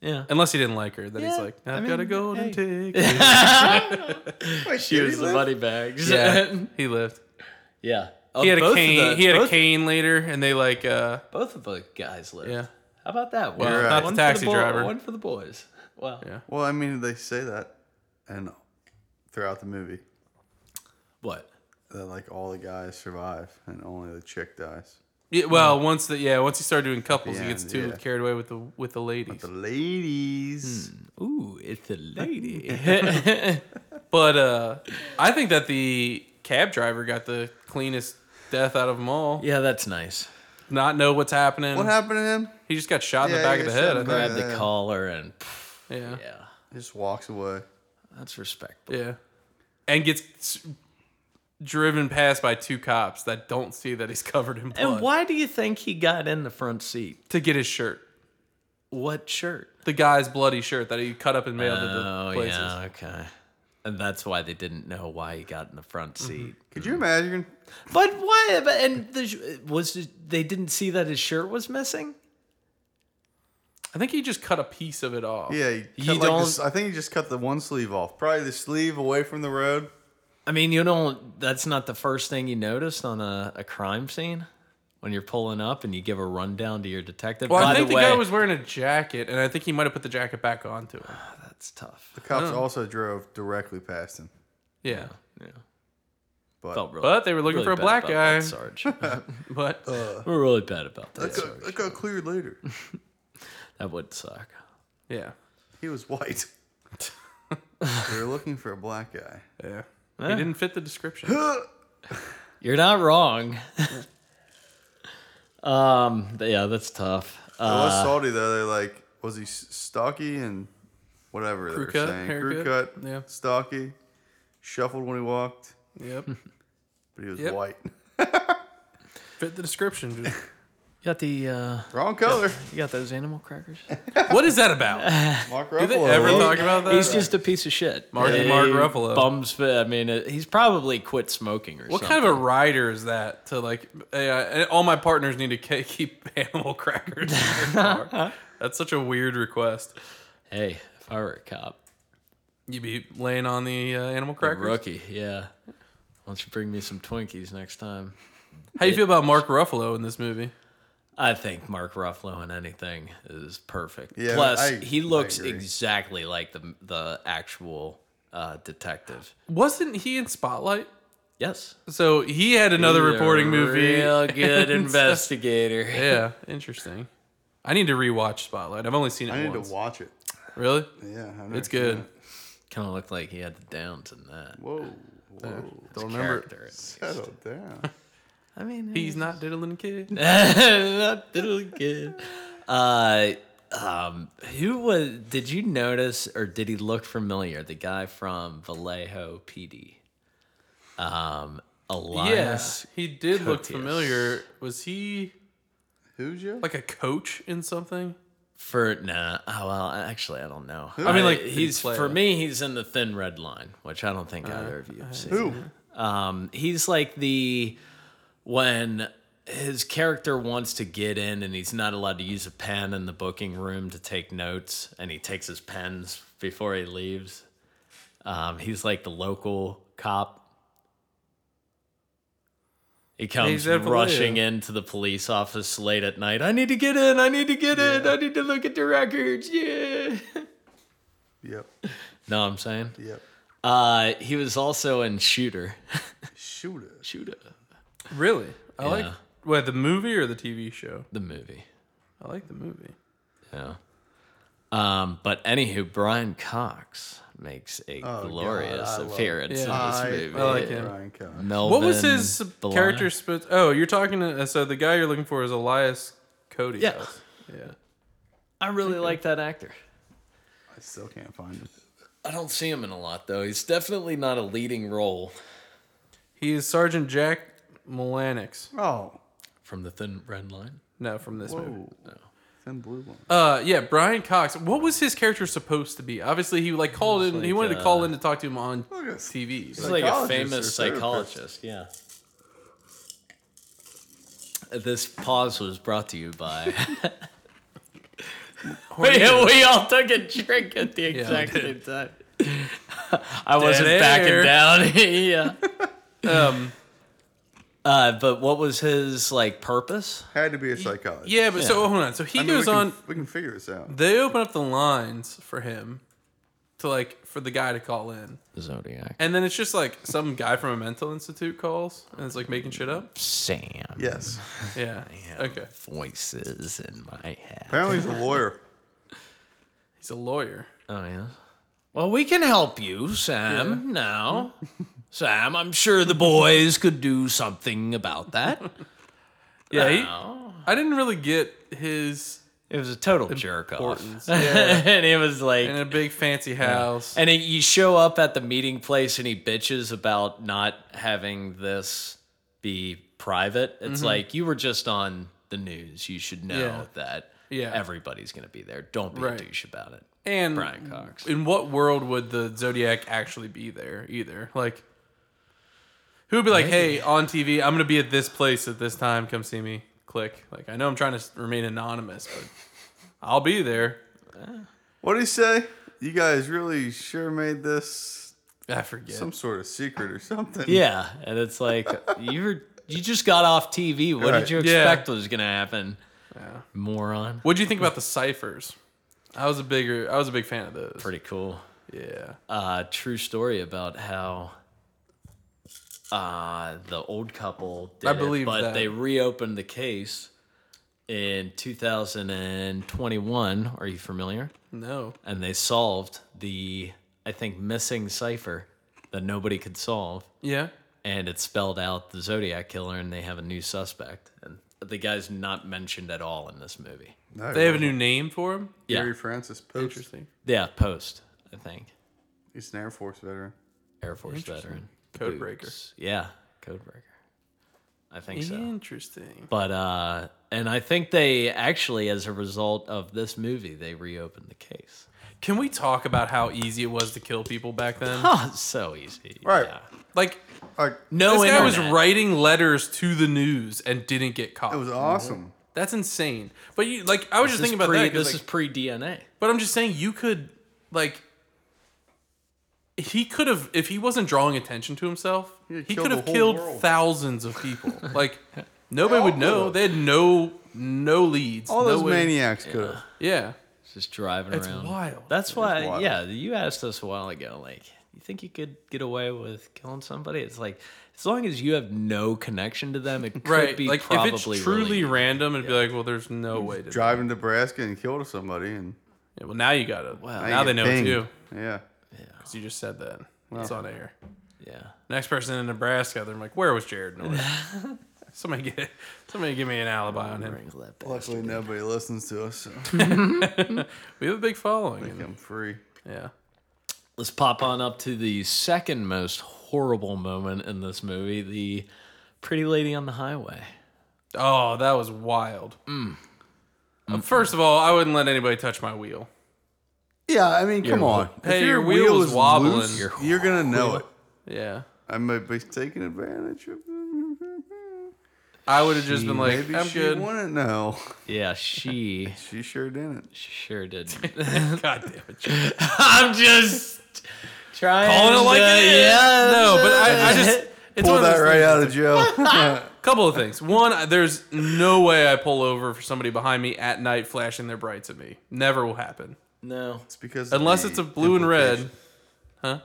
Speaker 3: Yeah.
Speaker 1: Unless he didn't like her, then he's
Speaker 3: Yeah,
Speaker 1: like,
Speaker 3: I
Speaker 1: I've got a
Speaker 3: mean,
Speaker 1: golden
Speaker 3: hey.
Speaker 1: ticket.
Speaker 2: Wait,
Speaker 3: She
Speaker 2: did
Speaker 3: was
Speaker 2: he
Speaker 3: the
Speaker 2: live?
Speaker 3: money bags.
Speaker 1: yeah, he lived.
Speaker 3: yeah. Oh,
Speaker 1: He had a
Speaker 3: both of
Speaker 1: cane.
Speaker 3: the-
Speaker 1: he had
Speaker 3: both,
Speaker 1: a cane later, and they like, uh,
Speaker 3: Both of the guys lived.
Speaker 1: yeah,
Speaker 3: How about that? One,
Speaker 1: You're
Speaker 2: right.
Speaker 1: Not the
Speaker 3: one
Speaker 1: taxi
Speaker 3: for the boy-
Speaker 1: driver.
Speaker 3: One for the boys. Wow.
Speaker 1: Yeah.
Speaker 2: Well, I mean, they say that, and throughout the movie,
Speaker 3: What?
Speaker 2: that like all the guys survive and only the chick dies.
Speaker 1: yeah. Well, once the yeah, once he started doing couples,
Speaker 2: The
Speaker 1: he gets
Speaker 2: end,
Speaker 1: too
Speaker 2: yeah.
Speaker 1: carried away with the with the ladies.
Speaker 2: The ladies.
Speaker 3: Hmm. Ooh, it's a lady.
Speaker 1: But uh, I think that the cab driver got the cleanest death out of them all.
Speaker 3: yeah, that's nice.
Speaker 1: Not know what's happening.
Speaker 2: What happened to him?
Speaker 1: He just got shot in the
Speaker 2: Yeah,
Speaker 1: back
Speaker 2: he
Speaker 1: of the
Speaker 2: got shot
Speaker 1: head. I
Speaker 2: in
Speaker 1: think.
Speaker 3: Grab the
Speaker 2: Yeah.
Speaker 3: collar and
Speaker 1: Yeah. yeah,
Speaker 3: yeah,
Speaker 2: He just walks away.
Speaker 3: that's respectable.
Speaker 1: and gets s- driven past by two cops that don't see that he's covered in blood
Speaker 3: And why do you think he got in the front seat?
Speaker 1: to get his shirt.
Speaker 3: What shirt?
Speaker 1: The guy's bloody shirt that he cut up and mailed to
Speaker 3: Oh
Speaker 1: the places.
Speaker 3: yeah, okay. And that's why they didn't know why he got in the front
Speaker 1: Mm-hmm.
Speaker 3: seat.
Speaker 2: Could you imagine?
Speaker 3: But why? but- And the, sh- was it- they didn't see that his shirt was missing?
Speaker 1: I think he just cut a piece of it off.
Speaker 2: Yeah, he cut,
Speaker 3: You
Speaker 2: like,
Speaker 3: don't-
Speaker 2: this- I think he just cut the one sleeve off. Probably the sleeve away from the road.
Speaker 3: I mean, you don't. That's not the first thing you noticed on a, a crime scene when you're pulling up and you give a rundown to your detective.
Speaker 1: Well,
Speaker 3: By
Speaker 1: I think
Speaker 3: the
Speaker 1: the,
Speaker 3: way,
Speaker 1: guy was wearing a jacket, and I think he might have put the jacket back on to him.
Speaker 3: that's tough.
Speaker 2: The cops
Speaker 3: Oh.
Speaker 2: also drove directly past him.
Speaker 1: Yeah,
Speaker 3: Yeah,
Speaker 2: But
Speaker 3: felt really,
Speaker 1: But they were looking
Speaker 3: really
Speaker 1: for a
Speaker 3: bad
Speaker 1: black
Speaker 3: about
Speaker 1: guy.
Speaker 3: that, Sarge.
Speaker 1: but
Speaker 2: Uh.
Speaker 3: we're really bad about that.
Speaker 2: that, got, that got cleared later.
Speaker 3: That would suck.
Speaker 1: yeah,
Speaker 2: He was white. they were looking for a black guy.
Speaker 3: Eh.
Speaker 1: yeah, he didn't fit the description.
Speaker 3: You're not wrong. um, but yeah, that's tough.
Speaker 2: It
Speaker 3: Uh,
Speaker 2: was salty though. They're like, was he s- stocky and whatever they
Speaker 1: Crew
Speaker 2: were
Speaker 1: cut,
Speaker 2: saying? Crew
Speaker 1: haircut,
Speaker 2: cut,
Speaker 1: yeah.
Speaker 2: stocky, shuffled when he walked,
Speaker 1: yep,
Speaker 2: but he was
Speaker 1: Yep.
Speaker 2: white.
Speaker 1: fit the description.
Speaker 3: you got the uh,
Speaker 2: Wrong color.
Speaker 3: you got those animal crackers.
Speaker 1: what is that about?
Speaker 2: Mark
Speaker 1: Do
Speaker 2: Ruffalo.
Speaker 1: they ever
Speaker 2: loves-
Speaker 1: talk about that?
Speaker 3: He's just a piece of shit.
Speaker 1: Marky
Speaker 3: He
Speaker 1: Mark Ruffalo.
Speaker 3: Bums. I mean, uh, he's probably quit smoking or
Speaker 1: what
Speaker 3: something.
Speaker 1: kind of a rider is that? To like, hey, I- all my partners need to ke- keep animal crackers. in their car. That's such a weird request.
Speaker 3: hey, if I were a cop,
Speaker 1: You be laying on the uh, animal
Speaker 3: a
Speaker 1: crackers.
Speaker 3: rookie, yeah. Why don't you bring me some Twinkies next time?
Speaker 1: How you feel about Mark Ruffalo in this movie?
Speaker 3: I think Mark Ruffalo in anything is perfect.
Speaker 2: Yeah,
Speaker 3: Plus,
Speaker 2: I-
Speaker 3: he
Speaker 2: I
Speaker 3: looks
Speaker 2: agree.
Speaker 3: exactly like the the actual uh, detective.
Speaker 1: Wasn't he in Spotlight?
Speaker 3: Yes,
Speaker 1: So he had another
Speaker 3: He's a
Speaker 1: reporting movie.
Speaker 3: Real good
Speaker 1: And so-
Speaker 3: investigator.
Speaker 1: Yeah, interesting. I need to rewatch Spotlight. I've only seen it
Speaker 2: I need
Speaker 1: once.
Speaker 2: to watch it.
Speaker 1: Really?
Speaker 2: Yeah, I never
Speaker 1: It's
Speaker 2: seen
Speaker 1: good.
Speaker 2: it.
Speaker 3: Kind of looked like he had the downs in that.
Speaker 2: Whoa, whoa.
Speaker 1: Don't remember. it.
Speaker 3: character.
Speaker 2: Settle down.
Speaker 3: I mean,
Speaker 1: He's not diddling kid.
Speaker 3: not doing good. Uh, um, who was? Did you notice, or did he look familiar? The guy from Vallejo PD, um, Elias.
Speaker 1: Yes, he did look
Speaker 3: Cotius.
Speaker 1: familiar. Was he
Speaker 2: Who's you?
Speaker 1: like a coach in something?
Speaker 3: For nah, oh well, actually, I don't know.
Speaker 1: I mean, like, did he
Speaker 3: he's
Speaker 1: play
Speaker 3: for
Speaker 1: it? Uh-huh.
Speaker 3: me, he's in the Thin Red Line, which I don't think either of you have seen.
Speaker 2: Who?
Speaker 3: Um, he's like the when his character wants to get in and he's not allowed to use a pen in the booking room to take notes, and he takes his pens before he leaves. Um, he's like the local cop. He comes
Speaker 1: he's at Vallejo.
Speaker 3: rushing into the police office late at night. I need to get in. I need to get in. I need to look at the records. Yeah.
Speaker 2: Yep,
Speaker 3: know what I'm saying?
Speaker 2: yep.
Speaker 3: Uh, he was also in Shooter.
Speaker 2: Shooter.
Speaker 3: Shooter.
Speaker 1: Really? I like
Speaker 3: Yeah.
Speaker 1: what the movie or the TV show.
Speaker 3: The movie.
Speaker 1: I like the movie.
Speaker 3: Yeah. Um, but anywho, Brian Cox makes a
Speaker 1: Oh,
Speaker 2: God,
Speaker 3: glorious
Speaker 2: I love-
Speaker 3: appearance
Speaker 1: Yeah.
Speaker 2: I,
Speaker 3: in this movie.
Speaker 1: I like him.
Speaker 2: Ryan Cox.
Speaker 3: Melvin
Speaker 1: What was his
Speaker 3: Bly-
Speaker 1: character? Sp- oh, you're talking. To, so the guy you're looking for is Elias Cody.
Speaker 3: Yeah.
Speaker 1: Yeah.
Speaker 3: I really like that actor.
Speaker 2: I still can't find him.
Speaker 3: I don't see him in a lot though. He's definitely not a leading role
Speaker 1: He is Sergeant Jack Milanix.
Speaker 2: Oh,
Speaker 3: from the Thin Red Line.
Speaker 1: No, from this movie.
Speaker 2: whoa. Thin blue one.
Speaker 1: Uh, yeah, Brian Cox. What was his character supposed to be? Obviously, he like called in. he
Speaker 3: like,
Speaker 1: wanted to
Speaker 3: uh,
Speaker 1: call in to talk to him on
Speaker 2: Look at-
Speaker 1: TV.
Speaker 3: He's like a
Speaker 2: Psychologist or
Speaker 3: famous
Speaker 2: therapist.
Speaker 3: psychologist. Yeah. This pause was brought to you by. we,
Speaker 1: oh,
Speaker 3: we all took a drink at the exact same time. I wasn't
Speaker 1: Dead air.
Speaker 3: backing down. yeah. Um, Uh, but what was his like purpose?
Speaker 2: Had to be a psychologist.
Speaker 1: yeah, but so hold on. So he
Speaker 2: I mean, we
Speaker 1: goes
Speaker 2: can-
Speaker 1: on.
Speaker 2: We can figure this out.
Speaker 1: They open up the lines for him to like for the guy to call in,
Speaker 3: Zodiac.
Speaker 1: and then it's just like some guy from a mental institute calls and it's like making shit up.
Speaker 3: Sam.
Speaker 2: Yes.
Speaker 1: Yeah. Okay.
Speaker 3: Voices in my head.
Speaker 2: Apparently he's a lawyer.
Speaker 1: He's a lawyer.
Speaker 3: Oh yeah. Well, we can help you, Sam. Now, Sam, I'm sure the boys could do something about that.
Speaker 1: Yeah. He,
Speaker 3: No.
Speaker 1: I didn't really get his
Speaker 3: It was a total jerk off,
Speaker 1: importance. Yeah.
Speaker 3: and it was like,
Speaker 1: In
Speaker 3: and,
Speaker 1: a big fancy house.
Speaker 3: it, you show up at the meeting place, and he bitches about not having this be private. It's like you were just on the news. You should know
Speaker 1: Mm-hmm. Yeah.
Speaker 3: that
Speaker 1: Yeah.
Speaker 3: everybody's gonna be there. Don't be
Speaker 1: Right. Mm-hmm.
Speaker 3: a douche about it.
Speaker 1: And
Speaker 3: Brian Cox.
Speaker 1: in what world would the Zodiac actually be there either? Like, who would be like, hey, on TV, I'm going to be at this place at this time. Come see me. Click. Like, I know I'm trying to remain anonymous, but I'll be there.
Speaker 2: What do you say? You guys really sure made this
Speaker 1: I forget.
Speaker 2: Some sort of secret or something.
Speaker 3: Yeah, and it's like you were you just got off TV. What
Speaker 2: Right.
Speaker 3: did you
Speaker 1: Yeah.
Speaker 3: expect was gonna happen? Moron.
Speaker 1: What'd you think about the ciphers? I was a bigger. I was a big fan of those.
Speaker 3: Pretty cool.
Speaker 1: Yeah.
Speaker 3: Uh, true story about how uh, the old couple. Did
Speaker 1: I
Speaker 3: it,
Speaker 1: believe
Speaker 3: but
Speaker 1: that.
Speaker 3: they reopened the case in 2021. Are you familiar?
Speaker 1: No.
Speaker 3: And they solved the I think missing cipher that nobody could solve.
Speaker 1: Yeah.
Speaker 3: and it spelled out the Zodiac killer, and they have a new suspect, and the guy's not mentioned at all in this movie.
Speaker 2: No,
Speaker 1: They have a new name for him.
Speaker 3: Yeah,
Speaker 2: Gary Francis Post.
Speaker 1: Interesting.
Speaker 3: yeah, Post, I think,
Speaker 2: He's an Air Force veteran.
Speaker 3: Air Force veteran,
Speaker 1: Code breaker.
Speaker 3: Boots. yeah, Codebreaker, I think so.
Speaker 1: Interesting.
Speaker 3: But uh, and I think they actually, as a result of this movie, they reopened the case.
Speaker 1: Can we talk about how easy it was to kill people back then?
Speaker 3: Oh, it's so easy,
Speaker 2: Right.
Speaker 3: Yeah.
Speaker 1: Like
Speaker 2: Like
Speaker 3: No,
Speaker 1: this guy was
Speaker 3: internet.
Speaker 1: writing letters to the news and didn't get caught.
Speaker 2: it was awesome.
Speaker 1: That's insane. But you like I was
Speaker 3: This
Speaker 1: just thinking
Speaker 3: is
Speaker 1: about
Speaker 3: pre,
Speaker 1: that. 'cause,
Speaker 3: This
Speaker 1: like,
Speaker 3: is pre DNA.
Speaker 1: But I'm just saying, you could, like, he could have, if he wasn't drawing attention to himself,
Speaker 2: He
Speaker 1: he could
Speaker 2: killed the
Speaker 1: have
Speaker 2: whole
Speaker 1: killed
Speaker 2: world.
Speaker 1: thousands of people. like, nobody would
Speaker 2: all
Speaker 1: know.
Speaker 2: could've.
Speaker 1: They had no no leads.
Speaker 2: All
Speaker 1: no
Speaker 2: those
Speaker 1: way-
Speaker 2: maniacs could have.
Speaker 1: Yeah.
Speaker 3: Just driving
Speaker 1: It's
Speaker 3: around.
Speaker 1: wild.
Speaker 3: That's why,
Speaker 2: wild.
Speaker 3: yeah, you asked us a while ago, like, you think you could get away with killing somebody? It's like, as long as you have no connection to them, it could
Speaker 1: Right.
Speaker 3: be
Speaker 1: Like, if
Speaker 3: probably
Speaker 1: it's truly
Speaker 3: really-
Speaker 1: random, it'd be like, well, there's no way to.
Speaker 2: Drive in Nebraska and killed somebody, and
Speaker 1: Yeah, well, now you got to.
Speaker 3: Wow.
Speaker 1: Wow. Now they know it's
Speaker 2: Bing.
Speaker 1: you.
Speaker 2: Yeah.
Speaker 1: Because you just said that. It's on air.
Speaker 3: yeah.
Speaker 1: Next person in Nebraska, they're like, where was Jared North? somebody get, somebody give me an alibi on him.
Speaker 3: Wrangle that back.
Speaker 2: Luckily, nobody listens to us, so
Speaker 1: We have a big following. and-
Speaker 2: I'm free.
Speaker 1: yeah.
Speaker 3: Let's pop on up to the second most horrible moment in this movie the pretty lady on the highway.
Speaker 1: Oh, that was wild. Uh, First of all, I wouldn't let anybody touch my wheel.
Speaker 2: Yeah, I mean, come on.
Speaker 1: Hey, your wheel is
Speaker 2: is
Speaker 1: wobbling.
Speaker 2: loose,
Speaker 1: Your
Speaker 2: you're gonna know it.
Speaker 1: Yeah.
Speaker 2: I might be taking advantage of.
Speaker 1: I would have just been like,
Speaker 2: Maybe
Speaker 1: I'm
Speaker 2: she
Speaker 1: good.
Speaker 2: wouldn't know.
Speaker 3: Yeah, she
Speaker 2: She sure didn't.
Speaker 3: sure did.
Speaker 1: God damn it. Jared.
Speaker 3: I'm just trying
Speaker 1: Calling it like
Speaker 3: to-
Speaker 1: it is.
Speaker 3: Yeah,
Speaker 1: No, but I, I just. It's one
Speaker 2: Pull
Speaker 1: of
Speaker 2: that
Speaker 1: those
Speaker 2: right out of jail.
Speaker 1: things- couple of things. One, I- there's no way I pull over for somebody behind me at night flashing their brights at me. Never will happen.
Speaker 3: No.
Speaker 2: It's because of
Speaker 1: Unless
Speaker 2: the
Speaker 1: it's a blue and red.
Speaker 2: implication-
Speaker 1: Huh?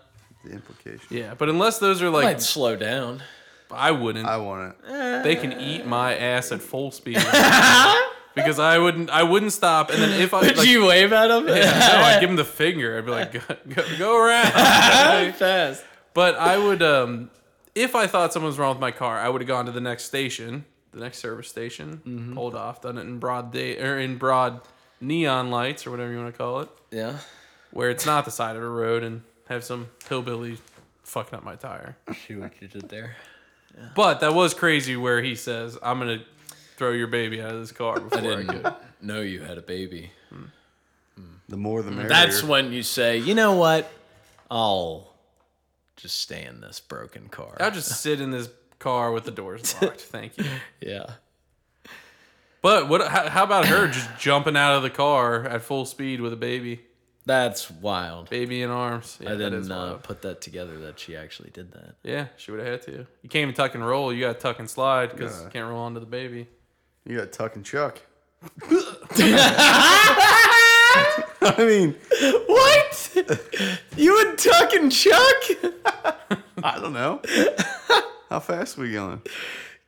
Speaker 2: The implication.
Speaker 1: Yeah, but unless those are like,
Speaker 3: Might slow down.
Speaker 1: I wouldn't.
Speaker 2: I want it.
Speaker 1: They can eat my ass at full speed. because I wouldn't I wouldn't stop and then if I
Speaker 3: Would
Speaker 1: like,
Speaker 3: you wave at him?
Speaker 1: Yeah, no, I'd give him the finger. I'd be like, go, go, go around.
Speaker 3: Fast.
Speaker 1: but I would, um, if I thought something was wrong with my car, I would have gone to the next station, the next service station, pulled off, done it in broad day or in broad neon lights or whatever you want to call it,
Speaker 3: Yeah.
Speaker 1: where it's not the side of a road, and have some hillbilly fucking up my tire.
Speaker 3: See what you did there.
Speaker 1: But that was crazy where he says, "I'm gonna throw your baby out of this car before I,
Speaker 3: Didn't
Speaker 1: could."
Speaker 3: know you had a baby.
Speaker 2: The more the merrier.
Speaker 3: That's when you say, you know what? I'll just stay in this broken car.
Speaker 1: I'll just sit in this car with the doors locked. Thank you."
Speaker 3: yeah.
Speaker 1: But what? How, how about her just jumping out of the car at full speed with a baby,
Speaker 3: That's wild.
Speaker 1: baby in arms? Yeah,
Speaker 3: I
Speaker 1: that is
Speaker 3: didn't uh,
Speaker 1: wild.
Speaker 3: put that together that she actually did that.
Speaker 1: Yeah, she would have had to. You can't even tuck and roll. You got to tuck and slide because
Speaker 2: Yeah.
Speaker 1: you can't roll onto the baby.
Speaker 2: you got Tuck and Chuck. I mean,
Speaker 3: What? you and Tuck and Chuck?
Speaker 2: I don't know. How fast we going?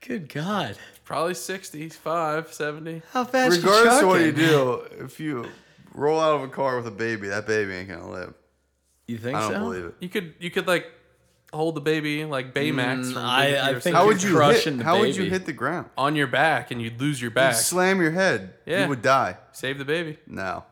Speaker 3: Good God.
Speaker 1: Probably 65, 70.
Speaker 3: How fast
Speaker 2: Regardless of what you do, if you roll out of a car with a baby, that baby ain't gonna live.
Speaker 3: You think
Speaker 2: I don't
Speaker 3: so?
Speaker 2: believe it.
Speaker 1: You could you could like hold the baby like Baymax from
Speaker 3: Mm, I-
Speaker 1: Big Hero
Speaker 3: I think-
Speaker 1: Six
Speaker 2: How
Speaker 3: You're
Speaker 2: would you
Speaker 3: crushing
Speaker 2: hit,
Speaker 3: the
Speaker 2: How would you
Speaker 3: baby.
Speaker 2: hit the ground?
Speaker 1: on your back and you'd lose your back.
Speaker 2: Slam your head.
Speaker 1: Yeah.
Speaker 2: You would die.
Speaker 1: Save the baby.
Speaker 2: No.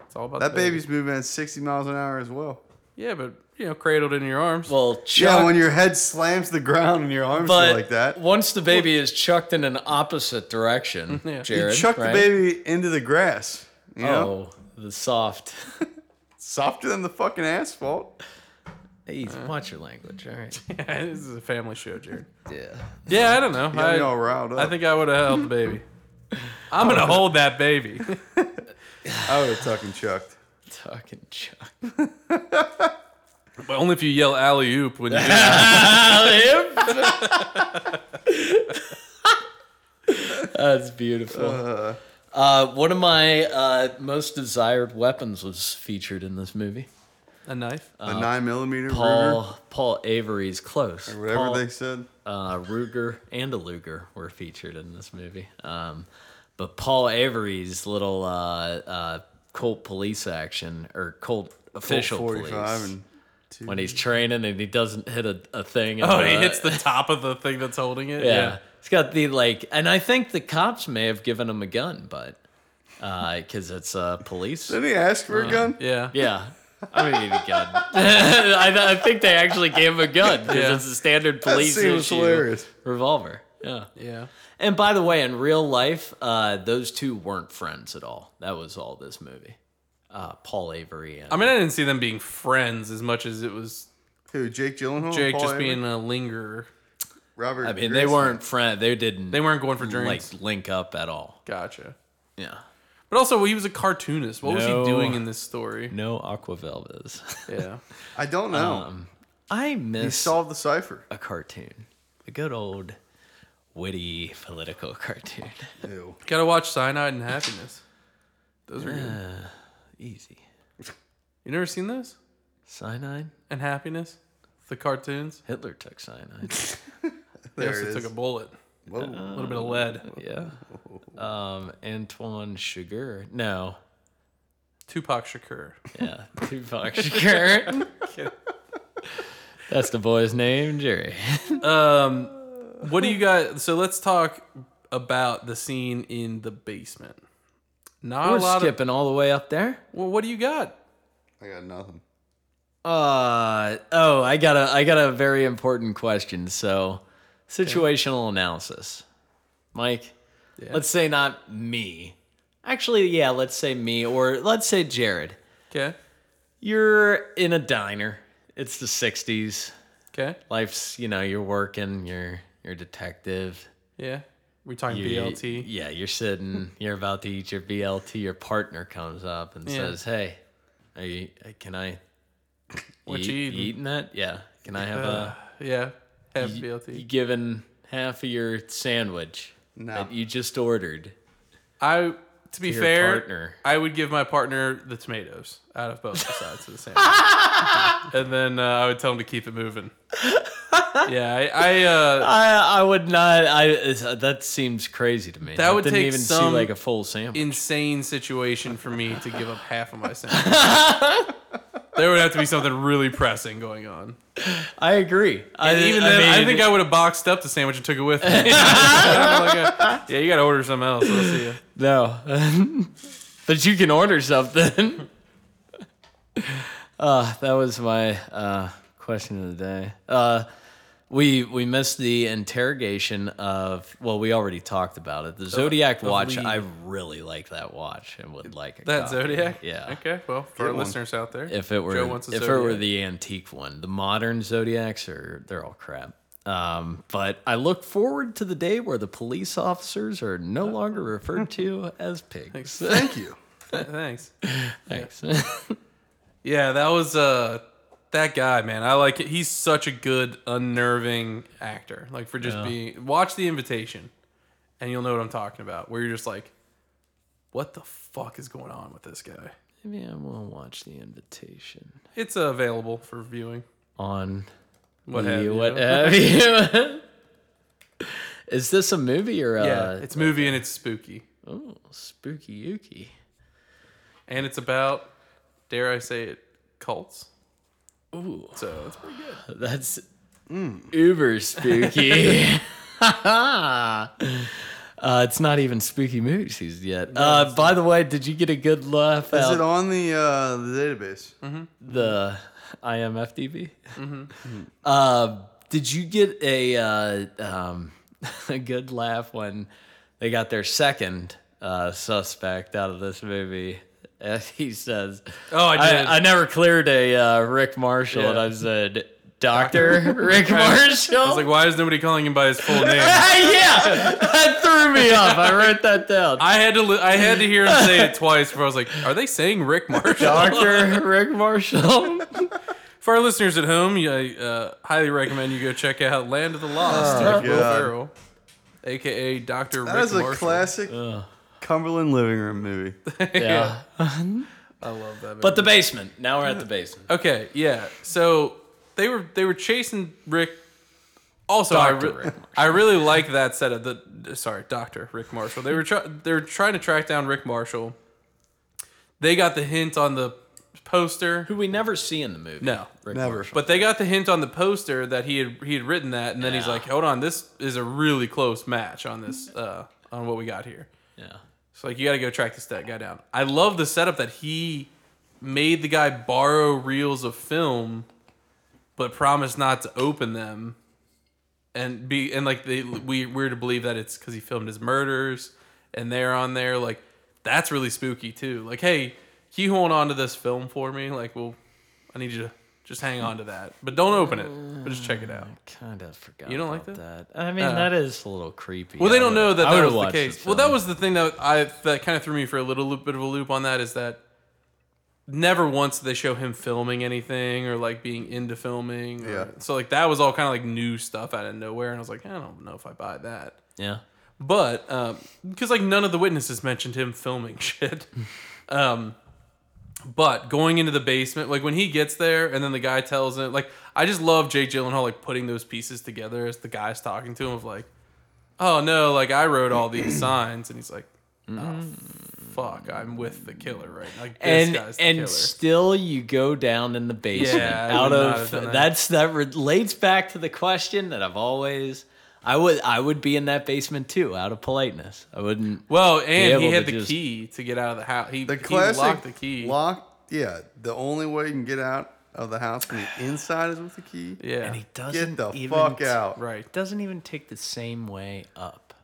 Speaker 1: It's all about
Speaker 2: That
Speaker 1: the baby.
Speaker 2: baby's moving at 60 miles an hour as well.
Speaker 1: Yeah, but you know, cradled in your arms.
Speaker 3: Well, Chuck.
Speaker 2: Yeah, when your head slams the ground and your arms
Speaker 3: But
Speaker 2: go like that,
Speaker 3: once the baby is chucked in an opposite direction,
Speaker 1: Yeah. You
Speaker 3: Jared,
Speaker 2: chuck
Speaker 3: right?
Speaker 2: the baby into the grass. You
Speaker 3: Oh,
Speaker 2: know,
Speaker 3: the soft.
Speaker 2: softer than the fucking asphalt.
Speaker 3: Hey, watch your language. All right.
Speaker 1: yeah, this is a family show, Jared.
Speaker 3: Yeah.
Speaker 1: Yeah, I don't know.
Speaker 2: You got
Speaker 1: I-
Speaker 2: me all riled up.
Speaker 1: I think I would have held the baby. I'm gonna hold that baby.
Speaker 2: I would have tuck and chucked.
Speaker 3: Tuck and Chuck.
Speaker 1: But only if you yell alley oop when you do that.
Speaker 3: That's beautiful. Uh, one of my uh, most desired weapons was featured in this movie.
Speaker 1: a knife.
Speaker 2: a nine millimeter Ruger,
Speaker 3: Paul Paul Avery's close.
Speaker 2: or whatever
Speaker 3: Paul,
Speaker 2: they said.
Speaker 3: uh, Ruger and a Luger were featured in this movie. Um, but Paul Avery's little uh, uh, Colt police action or Colt official police
Speaker 2: Oh, and two.
Speaker 3: when he's training and he doesn't hit a, a thing.
Speaker 1: Oh,
Speaker 3: and,
Speaker 1: he
Speaker 3: uh,
Speaker 1: hits the top of the thing that's holding it.
Speaker 3: Yeah. It's got the like, and I think the cops may have given him a gun, but because it's uh, police.
Speaker 2: Did he ask for
Speaker 1: Uh,
Speaker 2: a gun?
Speaker 1: Yeah.
Speaker 3: Yeah. I don't need a gun. I, th- I think they actually gave him a gun because
Speaker 1: Yeah.
Speaker 3: it's a standard
Speaker 2: That
Speaker 3: police
Speaker 2: seems
Speaker 3: issue
Speaker 2: hilarious.
Speaker 3: revolver. Yeah.
Speaker 1: Yeah.
Speaker 3: And by the way, in real life, uh, those two weren't friends at all. That was all this movie. Uh, Paul Avery and
Speaker 1: I mean, I didn't see them being friends as much as it was
Speaker 2: Who? Jake Gyllenhaal.
Speaker 1: Jake
Speaker 2: Paul
Speaker 1: just
Speaker 2: Avery,
Speaker 1: being a lingerer.
Speaker 2: Robert.
Speaker 3: I mean they weren't friends. They didn't
Speaker 1: They weren't going for drinks.
Speaker 3: like link up at all.
Speaker 1: gotcha.
Speaker 3: Yeah.
Speaker 1: But also, he was a cartoonist. What was
Speaker 3: No.
Speaker 1: he doing in this story?
Speaker 3: No Aqua Velvas.
Speaker 1: Yeah.
Speaker 2: I don't know.
Speaker 1: Um,
Speaker 3: I
Speaker 2: he
Speaker 3: miss
Speaker 2: solved the cipher.
Speaker 3: a cartoon. A good old witty political cartoon.
Speaker 2: Ew.
Speaker 1: Gotta watch Cyanide and Happiness. Those are good.
Speaker 3: Uh, Easy.
Speaker 1: You never seen those?
Speaker 3: Cyanide?
Speaker 1: And Happiness? The cartoons?
Speaker 3: Hitler took cyanide.
Speaker 1: They
Speaker 2: There
Speaker 1: also
Speaker 2: it
Speaker 1: took
Speaker 2: is.
Speaker 1: a bullet.
Speaker 2: Whoa.
Speaker 1: A uh, little bit of lead.
Speaker 3: yeah. Um, Antoine Sugar. No.
Speaker 1: Tupac Shakur.
Speaker 3: Yeah. Tupac Shakur. That's the boy's name, Jerry.
Speaker 1: What do you guys? So let's talk about the scene in the basement. Not a
Speaker 3: We're
Speaker 1: lot
Speaker 3: skipping all the way up there.
Speaker 1: of. Well, what do you got?
Speaker 2: I got nothing.
Speaker 3: Uh oh, I got a I got a very important question. So situational analysis. Mike, let's say not me. Actually, yeah, let's say me, or let's say Jared.
Speaker 1: Okay.
Speaker 3: You're in a diner. It's the sixties.
Speaker 1: Okay.
Speaker 3: Life's you know, you're working, you're you're a detective.
Speaker 1: Yeah. We're talking
Speaker 3: You-
Speaker 1: BLT.
Speaker 3: Yeah, you're sitting, you're about to eat your BLT, your partner comes up and
Speaker 1: Yeah.
Speaker 3: says, Hey, are you, can I
Speaker 1: What
Speaker 3: eat-
Speaker 1: you eating? Uh,
Speaker 3: that? Yeah. Can I have a
Speaker 1: Yeah. Have
Speaker 3: you- You
Speaker 1: BLT.
Speaker 3: given half of your sandwich
Speaker 2: No.
Speaker 3: that you just ordered.
Speaker 1: I. To be
Speaker 3: your
Speaker 1: fair,
Speaker 3: partner.
Speaker 1: I would give my partner the tomatoes out of both the sides of the sandwich, and then uh, I would tell him to keep it moving. Yeah, I, I uh,
Speaker 3: I I would not. I it's- uh, that seems crazy to me.
Speaker 1: That
Speaker 3: I
Speaker 1: would
Speaker 3: didn't
Speaker 1: take
Speaker 3: even
Speaker 1: some
Speaker 3: see like a full sample.
Speaker 1: insane situation for me to give up half of my sandwich. there would have to be something really pressing going on.
Speaker 3: I agree. I,
Speaker 1: And even
Speaker 3: I
Speaker 1: then, I,
Speaker 3: mean,
Speaker 1: think I would have boxed up the sandwich and took it with me. uh, yeah, you gotta order something else. I'll see you.
Speaker 3: no, but you can order something. uh, that was my uh, question of the day. Uh, we we missed the interrogation of. Well, we already talked about it. The Zodiac
Speaker 1: of
Speaker 3: watch.
Speaker 1: Lee.
Speaker 3: I really like that watch and would like a
Speaker 1: That
Speaker 3: copy.
Speaker 1: Zodiac.
Speaker 3: Uh, Yeah.
Speaker 1: Okay. Well, for our
Speaker 2: one.
Speaker 1: listeners out there,
Speaker 3: If it were,
Speaker 1: Joe wants a
Speaker 3: if it
Speaker 1: Zodiac.
Speaker 3: were the antique one, the modern zodiacs are they're all crap. Um, but I look forward to the day where the police officers are no longer referred to as pigs.
Speaker 2: Thank you.
Speaker 1: thanks.
Speaker 3: Thanks.
Speaker 1: Yeah, that was uh that guy, man. I like it. He's such a good, unnerving actor. Like for just being watch the invitation and you'll know what I'm talking about. Where you're just like, What the fuck is going on with this guy?
Speaker 3: Maybe I will watch the invitation
Speaker 1: It's uh, available for viewing.
Speaker 3: on
Speaker 1: What
Speaker 3: the
Speaker 1: have you.
Speaker 3: what have you. Is this a movie or a
Speaker 1: yeah, it's movie and it's spooky.
Speaker 3: oh, spooky yuki?
Speaker 1: And it's about, dare I say it, cults.
Speaker 3: Ooh,
Speaker 1: So it's pretty good.
Speaker 3: That's uber spooky. uh, it's not even spooky movie season yet. uh, by the way, did you get a good laugh
Speaker 2: Is
Speaker 3: out
Speaker 2: it on the uh, the database?
Speaker 1: Mhm.
Speaker 3: the IMFDB? Uh, did you get a uh, um, a good laugh when they got their second uh, suspect out of this movie? And he says,
Speaker 1: Oh, I did.
Speaker 3: I, never cleared a uh, Rick Marshall," and
Speaker 1: Yeah.
Speaker 3: I said, "Doctor Rick Marshall."
Speaker 1: I was like, why is nobody calling him by his full name?
Speaker 3: yeah, that threw me off. I wrote that down.
Speaker 1: I had to li- I had to hear him say it twice before I was like, are they saying Rick Marshall?
Speaker 3: Doctor Rick Marshall.
Speaker 1: For our listeners at home, yeah, I uh, highly recommend you go check out Land of the Lost
Speaker 3: Oh,
Speaker 1: with Will
Speaker 2: God.
Speaker 1: Ferrell, aka Doctor Rick
Speaker 2: That is a
Speaker 1: Marshall.
Speaker 2: classic Cumberland living room movie.
Speaker 3: Yeah.
Speaker 1: I love that. Movie.
Speaker 3: But the basement. Now we're at the basement.
Speaker 1: okay, yeah. So they were they were chasing Rick. Also, I,
Speaker 3: Dr.
Speaker 1: re-
Speaker 3: Rick Marshall.
Speaker 1: I really like that setup. The sorry, Doctor Rick Marshall. They were try- they were trying to track down Rick Marshall. They got the hint on the poster.
Speaker 3: Who we never see in the movie.
Speaker 1: No,
Speaker 3: Rick
Speaker 2: Never.
Speaker 3: Marshall.
Speaker 1: But they got the hint on the poster that he had he had written that, and then he's
Speaker 3: Yeah.
Speaker 1: like, "Hold on, this is a really close match on this uh, on what we got here."
Speaker 3: Yeah.
Speaker 1: So like, you got to go track this that guy down. I love the setup that he made the guy borrow reels of film, but promised not to open them, and be and like they we we're to believe that it's because he filmed his murders, and they're on there like that's really spooky too. Like, hey, can you hold on to this film for me? Like, well, I need you to just hang on to that, but don't open it, but just check it out.
Speaker 3: Kind of forgot.
Speaker 1: You don't like Uh.
Speaker 3: about that? I mean, that is a little creepy.
Speaker 1: Well,
Speaker 3: I
Speaker 1: they don't know
Speaker 3: would've-
Speaker 1: that
Speaker 3: I
Speaker 1: that
Speaker 3: would've
Speaker 1: was the
Speaker 3: watched
Speaker 1: case.
Speaker 3: the
Speaker 1: Well, that
Speaker 3: film.
Speaker 1: was the thing that I that kind of threw me for a little loop, bit of a loop on that is that never once did they show him filming anything or like being into filming. or-
Speaker 2: Yeah.
Speaker 1: So like that was all kind of like new stuff out of nowhere, and I was like, I don't know if I buy that.
Speaker 3: yeah.
Speaker 1: But because like none of the witnesses mentioned him filming shit. um, but going into the basement, like when he gets there, and then the guy tells him, like I just love Jake Gyllenhaal like putting those pieces together as the guy's talking to him of like, oh no, like I wrote all these signs, and he's like, oh fuck, I'm with the killer right now. Like this
Speaker 3: Mm-hmm. and
Speaker 1: guy's the
Speaker 3: and
Speaker 1: killer.
Speaker 3: still you go down in the basement
Speaker 1: Yeah, I
Speaker 3: out
Speaker 1: would not
Speaker 3: of
Speaker 1: have done that.
Speaker 3: that's that relates back to the question that I've always I would I would be in that basement too out of politeness. I wouldn't.
Speaker 1: well, and he
Speaker 3: able
Speaker 1: had
Speaker 3: to
Speaker 1: the
Speaker 3: just-
Speaker 1: key to get out of the house. He,
Speaker 2: The
Speaker 1: he
Speaker 2: classic
Speaker 1: locked the key.
Speaker 2: Locked. Yeah. The only way you can get out of the house from the inside is with the key.
Speaker 1: yeah.
Speaker 3: And he doesn't
Speaker 2: Get the
Speaker 3: even
Speaker 2: fuck
Speaker 3: t-
Speaker 2: out.
Speaker 1: right.
Speaker 3: Doesn't even take the same way up.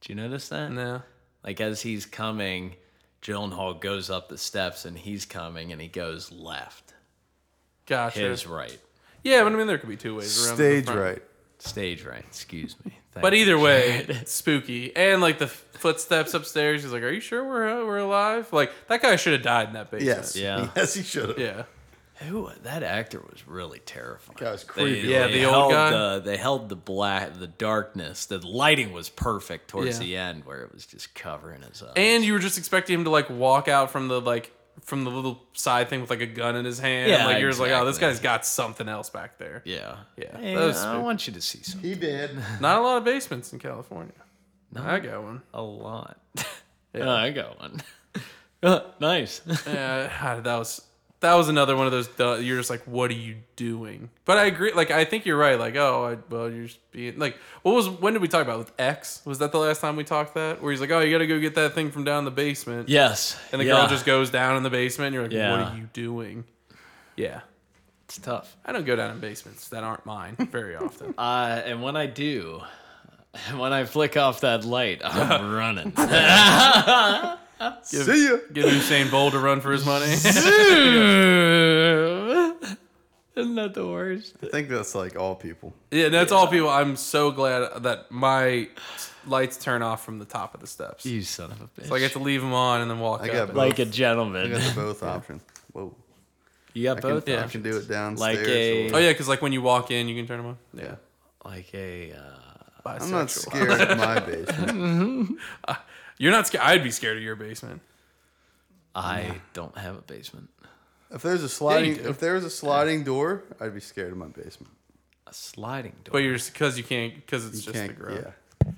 Speaker 3: Do you notice that?
Speaker 1: No.
Speaker 3: Like as he's coming, Gyllenhaal goes up the steps and he's coming and he goes left.
Speaker 1: Gotcha.
Speaker 3: His right.
Speaker 1: Yeah, but I mean, there could be two ways around. the
Speaker 2: Stage
Speaker 1: front.
Speaker 2: right.
Speaker 3: Stage right. Excuse me.
Speaker 1: But
Speaker 3: Thank you,
Speaker 1: either way,
Speaker 3: Jared.
Speaker 1: spooky. And like the footsteps upstairs, he's like, "Are you sure we're we're alive?" Like that guy should have died in that basement.
Speaker 2: Yes.
Speaker 3: Yeah.
Speaker 2: Yes, he should have.
Speaker 1: Yeah.
Speaker 3: Who that actor was really terrifying.
Speaker 2: That was creepy.
Speaker 1: Yeah, the old
Speaker 3: held
Speaker 1: guy.
Speaker 3: The, they held the black, the darkness. The lighting was perfect towards
Speaker 1: Yeah.
Speaker 3: the end, where it was just covering his eyes.
Speaker 1: And you were just expecting him to like walk out from the like from the little side thing with like a gun in his hand.
Speaker 3: Yeah,
Speaker 1: like you're just like, "Oh, this
Speaker 3: exactly.
Speaker 1: guy's got something else back there."
Speaker 3: yeah,
Speaker 1: Yeah,
Speaker 3: Hey,
Speaker 1: that was
Speaker 3: I
Speaker 1: spooky.
Speaker 3: want you to see something.
Speaker 2: He did.
Speaker 1: Not a lot of basements in California. I got one.
Speaker 3: A lot. Oh, I got one. Oh, nice.
Speaker 1: Yeah, that was that was another one of those. duh, You're just like, what are you doing? But I agree. Like, I think you're right. Like, oh, I, well, you're just being like, what was when did we talk about it? with X? Was that the last time we talked that? Where he's like, oh, you got to go get that thing from down in the basement.
Speaker 3: yes.
Speaker 1: And the
Speaker 3: yeah.
Speaker 1: girl just goes down in the basement. And you're like,
Speaker 3: Yeah.
Speaker 1: what are you doing? Yeah,
Speaker 3: It's tough.
Speaker 1: I don't go down in basements that aren't mine very often.
Speaker 3: Uh, and when I do, when I flick off that light, I'm running.
Speaker 2: See ya.
Speaker 1: Give Usain Bolt to run for his money.
Speaker 3: Isn't that the worst?
Speaker 2: I think that's like all people.
Speaker 1: yeah, that's all people. I'm so glad that my lights turn off from the top of the steps.
Speaker 3: You son of a bitch.
Speaker 1: So I get to leave them on and then walk
Speaker 2: I
Speaker 1: up.
Speaker 2: got
Speaker 1: and-
Speaker 2: both.
Speaker 3: like a
Speaker 2: I got
Speaker 3: gentleman.
Speaker 2: the both options. Whoa.
Speaker 3: You got
Speaker 2: I can,
Speaker 3: both.
Speaker 2: I can
Speaker 3: options.
Speaker 2: do it downstairs.
Speaker 3: Like a-
Speaker 2: or-
Speaker 1: Oh yeah, because like when you walk in, you can turn them on. Oh, Yeah,
Speaker 3: Like a. Uh,
Speaker 1: bisexual.
Speaker 2: I'm not scared of my basement.
Speaker 1: You're not scared. I'd be scared of your basement.
Speaker 3: I don't have a basement.
Speaker 2: If there's a sliding,
Speaker 1: do.
Speaker 2: if there was a sliding door, I'd be scared of my basement.
Speaker 3: A sliding door.
Speaker 1: But you're because you can't because it's
Speaker 2: You
Speaker 1: just the
Speaker 2: can't,
Speaker 1: ground.
Speaker 2: yeah.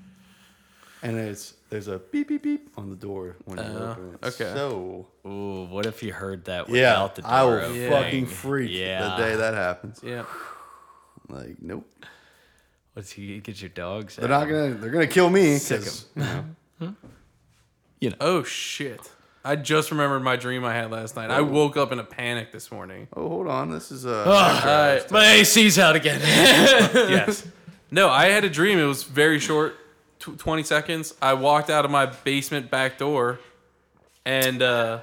Speaker 2: And it's there's a beep beep beep on the door when you
Speaker 1: Oh,
Speaker 2: open it.
Speaker 1: okay.
Speaker 2: So
Speaker 3: Ooh, what if you heard that
Speaker 2: yeah,
Speaker 3: without the door
Speaker 2: I will
Speaker 3: opening?
Speaker 2: fucking freak
Speaker 3: Yeah.
Speaker 2: the day that happens.
Speaker 1: Yeah.
Speaker 2: Like nope,
Speaker 3: What's you get your dogs?
Speaker 2: they're not gonna they're gonna kill me. 'cause-
Speaker 1: Oh shit! I just remembered my dream I had last night. I woke up in a panic this morning.
Speaker 2: Oh hold on, this is uh,
Speaker 1: Uh,
Speaker 3: My AC's out again.
Speaker 1: yes. No, I had a dream. It was very short, tw- twenty seconds. I walked out of my basement back door, and uh,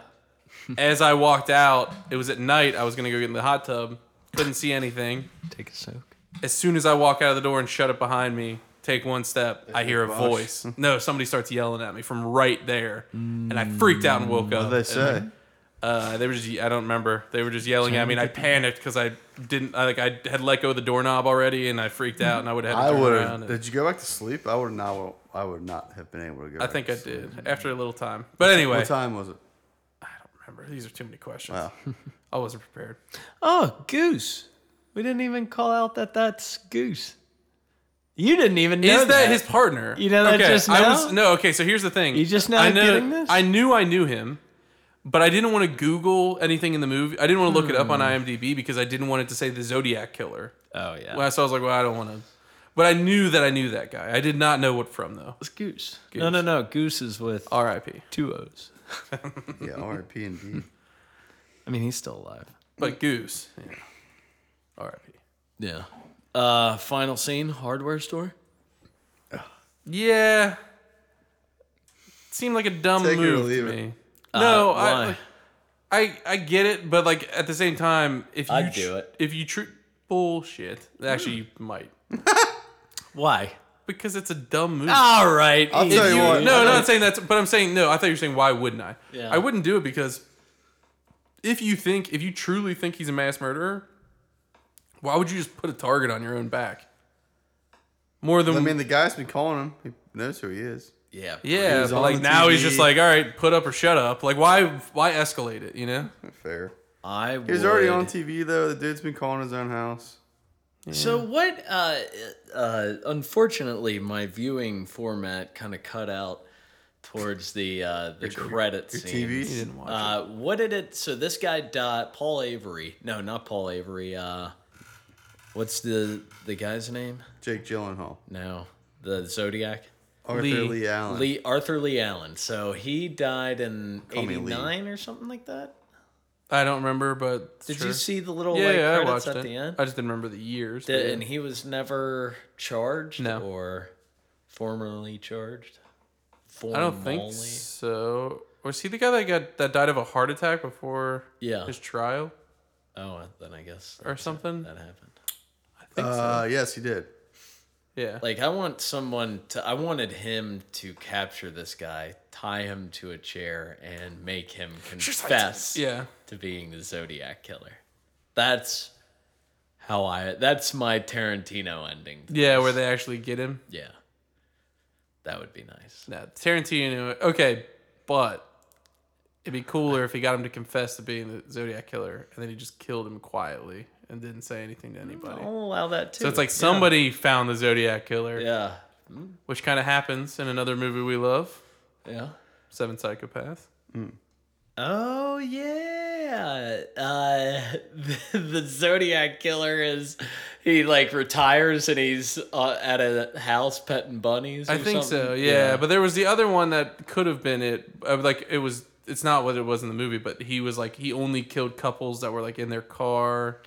Speaker 1: as I walked out, it was at night. I was gonna go get in the hot tub. Couldn't see anything.
Speaker 3: Take a soak.
Speaker 1: as soon as I walk out of the door and shut it behind me, take one step, I hear a
Speaker 2: gosh.
Speaker 1: voice. No, somebody starts yelling at me from right there, and I freaked out and woke up.
Speaker 2: they
Speaker 1: And
Speaker 2: say.
Speaker 1: Uh, they were just, I don't remember. They were just yelling at me, and I panicked because I didn't, I, like, I had let go of the doorknob already, and I freaked out, and I would have had
Speaker 2: I
Speaker 1: to turn
Speaker 2: would
Speaker 1: around.
Speaker 2: have.
Speaker 1: and-
Speaker 2: Did you go back to sleep? I would not. I would not have been able to go.
Speaker 1: I
Speaker 2: back
Speaker 1: think
Speaker 2: to
Speaker 1: I
Speaker 2: sleep.
Speaker 1: did after a little time. But anyway,
Speaker 2: What time was it?
Speaker 1: remember, these are too many questions.
Speaker 2: Wow.
Speaker 1: I wasn't prepared.
Speaker 3: Oh, Goose. We didn't even call out that that's Goose. You didn't even know
Speaker 1: Is that his partner?
Speaker 3: You know that
Speaker 1: okay,
Speaker 3: just
Speaker 1: I
Speaker 3: now?
Speaker 1: was no. Okay, so here's the thing.
Speaker 3: You just now
Speaker 1: I know,
Speaker 3: getting this?
Speaker 1: I knew I knew him, but I didn't want to Google anything in the movie. I didn't want to look it up on
Speaker 2: Hmm.
Speaker 1: IMDb because I didn't want it to say the Zodiac killer.
Speaker 3: Oh yeah.
Speaker 1: Well, so I was like, well, I don't want to. But I knew that I knew that guy. I did not know what from though.
Speaker 3: it's Goose. No, no, no. Goose is with
Speaker 1: R.I.P.
Speaker 3: two O's.
Speaker 2: Yeah, R.I.P. and D.
Speaker 3: I mean, he's still alive.
Speaker 1: But Goose. Yeah. R.I.P.
Speaker 3: Yeah. Uh, final scene, hardware store.
Speaker 1: Yeah. Seemed like a dumb
Speaker 2: Take it or
Speaker 1: move to
Speaker 2: leave it.
Speaker 1: me. no, Oh,
Speaker 3: Uh,
Speaker 1: I.
Speaker 3: why?
Speaker 1: I I get it, but like at the same time, if you
Speaker 3: I'd do it.
Speaker 1: if you tr- bullshit, actually you might
Speaker 3: Why?
Speaker 1: because it's a dumb move.
Speaker 3: All right. Ah, I'll
Speaker 2: tell you what.
Speaker 1: no, no, I'm not saying that's, but I'm saying no. I thought you were saying why wouldn't I?
Speaker 3: Yeah.
Speaker 1: I wouldn't do it because if you think if you truly think he's a mass murderer, why would you just put a target on your own back? More than
Speaker 2: I mean, the guy's been calling him. He knows who he is.
Speaker 3: Yeah.
Speaker 1: yeah,
Speaker 2: he's
Speaker 1: but
Speaker 2: on
Speaker 1: like
Speaker 2: the
Speaker 1: now he's
Speaker 2: TV.
Speaker 1: just like all right, put up or shut up. Like why why escalate it? You know?
Speaker 2: Fair.
Speaker 3: I was
Speaker 2: He was already on TV though. The dude's been calling his own house.
Speaker 3: So what? Uh, uh, unfortunately, my viewing format kind of cut out towards the uh, the credit
Speaker 2: your
Speaker 3: scenes.
Speaker 2: TV? You
Speaker 1: didn't watch it.
Speaker 3: uh, What did it? So this guy died. Paul Avery. No, not Paul Avery. Uh, what's the the guy's name?
Speaker 2: Jake Gyllenhaal,
Speaker 3: No, the Zodiac.
Speaker 2: Arthur
Speaker 1: Lee.
Speaker 2: Lee, Allen.
Speaker 3: Lee Arthur Lee Allen. So he died in
Speaker 2: Call me
Speaker 3: eighty
Speaker 2: Lee.
Speaker 3: nine or something like that.
Speaker 1: I don't remember, but
Speaker 3: Did
Speaker 1: sure.
Speaker 3: you see the little
Speaker 1: Yeah,
Speaker 3: like
Speaker 1: yeah, I
Speaker 3: credits
Speaker 1: watched
Speaker 3: at
Speaker 1: it.
Speaker 3: the end?
Speaker 1: I just didn't remember the years.
Speaker 3: Did-
Speaker 1: but yeah.
Speaker 3: And he was never charged
Speaker 1: No.
Speaker 3: or formerly charged.
Speaker 1: I don't think
Speaker 3: Formally?
Speaker 1: so. Was he the guy that got that died of a heart attack before
Speaker 3: Yeah.
Speaker 1: his trial
Speaker 3: Oh, then I guess
Speaker 1: or something?
Speaker 3: that happened.
Speaker 1: I think so.
Speaker 2: Uh, yes, he did.
Speaker 1: Yeah.
Speaker 3: Like I want someone to. I wanted him to capture this guy, tie him to a chair, and make him confess
Speaker 1: yeah.
Speaker 3: to being the Zodiac killer. That's how I. That's my Tarantino ending.
Speaker 1: Yeah, where they actually get him.
Speaker 3: Yeah. That would be nice.
Speaker 1: No, Tarantino. Okay, but it'd be cooler if he got him to confess to being the Zodiac killer, and then he just killed him quietly and didn't say anything to anybody.
Speaker 3: I'll allow that too.
Speaker 1: So it's like somebody found the Zodiac killer,
Speaker 3: Yeah.
Speaker 1: which kind of happens in another movie we love,
Speaker 3: Yeah.
Speaker 1: Seven Psychopaths.
Speaker 3: Oh yeah. Uh the, the Zodiac killer is he like retires and he's uh, at a house petting bunnies
Speaker 1: I
Speaker 3: or
Speaker 1: think so.
Speaker 3: something?
Speaker 1: Yeah. but there was the other one that could have been it. uh, Like it was. It's not what it was in the movie, but he was like he only killed couples that were like in their car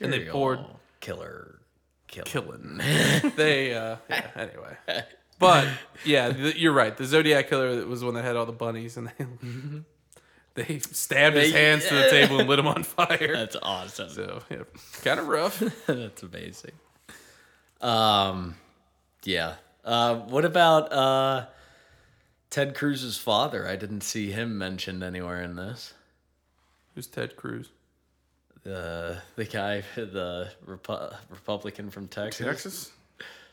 Speaker 1: and they
Speaker 3: Serial
Speaker 1: poured
Speaker 3: killer killer.
Speaker 1: killing. they uh, yeah. Anyway, but yeah, th you're right. The Zodiac killer was the one that had all the bunnies, and they they stabbed his
Speaker 3: They-
Speaker 1: hands to the table and lit him on fire.
Speaker 3: That's awesome.
Speaker 1: So yeah, kind of rough.
Speaker 3: That's amazing. Um yeah. Uh what about uh Ted Cruz's father? I didn't see him mentioned anywhere in this.
Speaker 1: Who's Ted Cruz?
Speaker 3: The uh, the guy the Repu- Republican from
Speaker 2: Texas.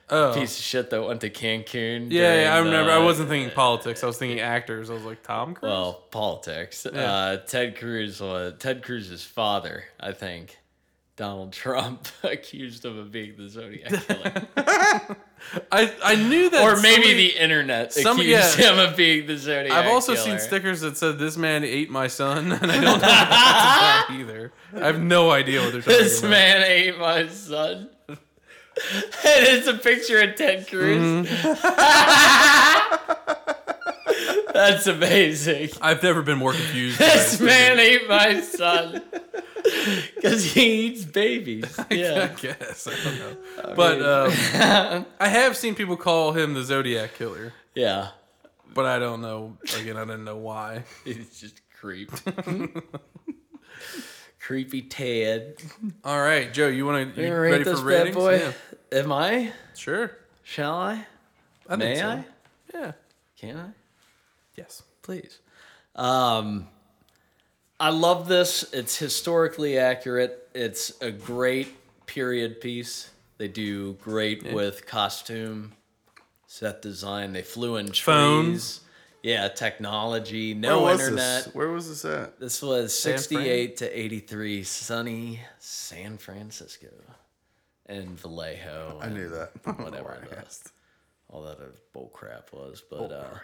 Speaker 1: Oh.
Speaker 3: piece of shit that went to Cancun.
Speaker 1: yeah, yeah, I
Speaker 3: during the-
Speaker 1: remember. I wasn't thinking politics. I was thinking actors. I was like Tom Cruise.
Speaker 3: uh, Well, politics. Uh, Ted Cruz was Ted Cruz's father, I think. Donald Trump accused him of being the Zodiac killer,
Speaker 1: I, I knew that.
Speaker 3: or maybe
Speaker 1: somebody-
Speaker 3: the internet
Speaker 1: somebody-
Speaker 3: accused
Speaker 1: yeah.
Speaker 3: him of being the Zodiac.
Speaker 1: I've also
Speaker 3: killer.
Speaker 1: seen stickers that said this man ate my son, and I don't know what that's about either. I have no idea what they're talking
Speaker 3: This
Speaker 1: about.
Speaker 3: man ate my son. and it's a picture of Ted Cruz. That's amazing.
Speaker 1: I've never been more confused. by a
Speaker 3: This
Speaker 1: sticker.
Speaker 3: man ate my son because he eats babies.
Speaker 1: I
Speaker 3: Yeah.
Speaker 1: guess I don't know, but um, I have seen people call him the Zodiac killer,
Speaker 3: Yeah.
Speaker 1: but I don't know. Again, I don't know why.
Speaker 3: He's just creep. Creepy Ted.
Speaker 1: All right, Joe, you want to
Speaker 3: You
Speaker 1: you
Speaker 3: gonna rate
Speaker 1: ready
Speaker 3: this
Speaker 1: for
Speaker 3: bad
Speaker 1: ratings?
Speaker 3: boy?
Speaker 1: Yeah,
Speaker 3: Am I?
Speaker 1: sure.
Speaker 3: Shall I?
Speaker 1: I think
Speaker 3: May
Speaker 1: so.
Speaker 3: I?
Speaker 1: Yeah.
Speaker 3: Can I?
Speaker 1: Yes.
Speaker 3: Please. Um I love this. It's historically accurate. It's a great period piece. They do great with costume, set design. They flew in trees.
Speaker 1: Phones.
Speaker 3: Yeah, technology,
Speaker 2: Where
Speaker 3: no
Speaker 2: was
Speaker 3: internet.
Speaker 2: this? Where was this at?
Speaker 3: This was 68 to 83, sunny San Francisco and Vallejo.
Speaker 2: I knew that. I don't know
Speaker 3: Whatever
Speaker 2: why I
Speaker 3: it was.
Speaker 2: asked.
Speaker 3: all that other bull crap was. But uh,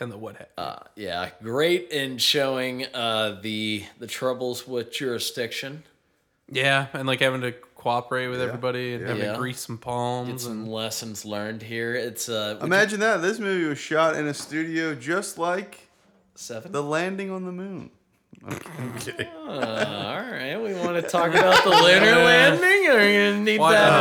Speaker 1: and the what? hap-
Speaker 3: uh, yeah, great in showing uh, the the troubles with jurisdiction.
Speaker 1: yeah, and like having to cooperate with everybody and having
Speaker 3: Yeah.
Speaker 1: to grease some palms.
Speaker 3: Get some lessons learned here. It's uh, would you-
Speaker 2: Imagine that. This movie was shot in a studio just like
Speaker 3: seven.
Speaker 2: the landing on the moon. I'm kidding.
Speaker 3: Uh, all right, we want to talk about the lunar landing. Or you need
Speaker 1: Why
Speaker 3: that uh,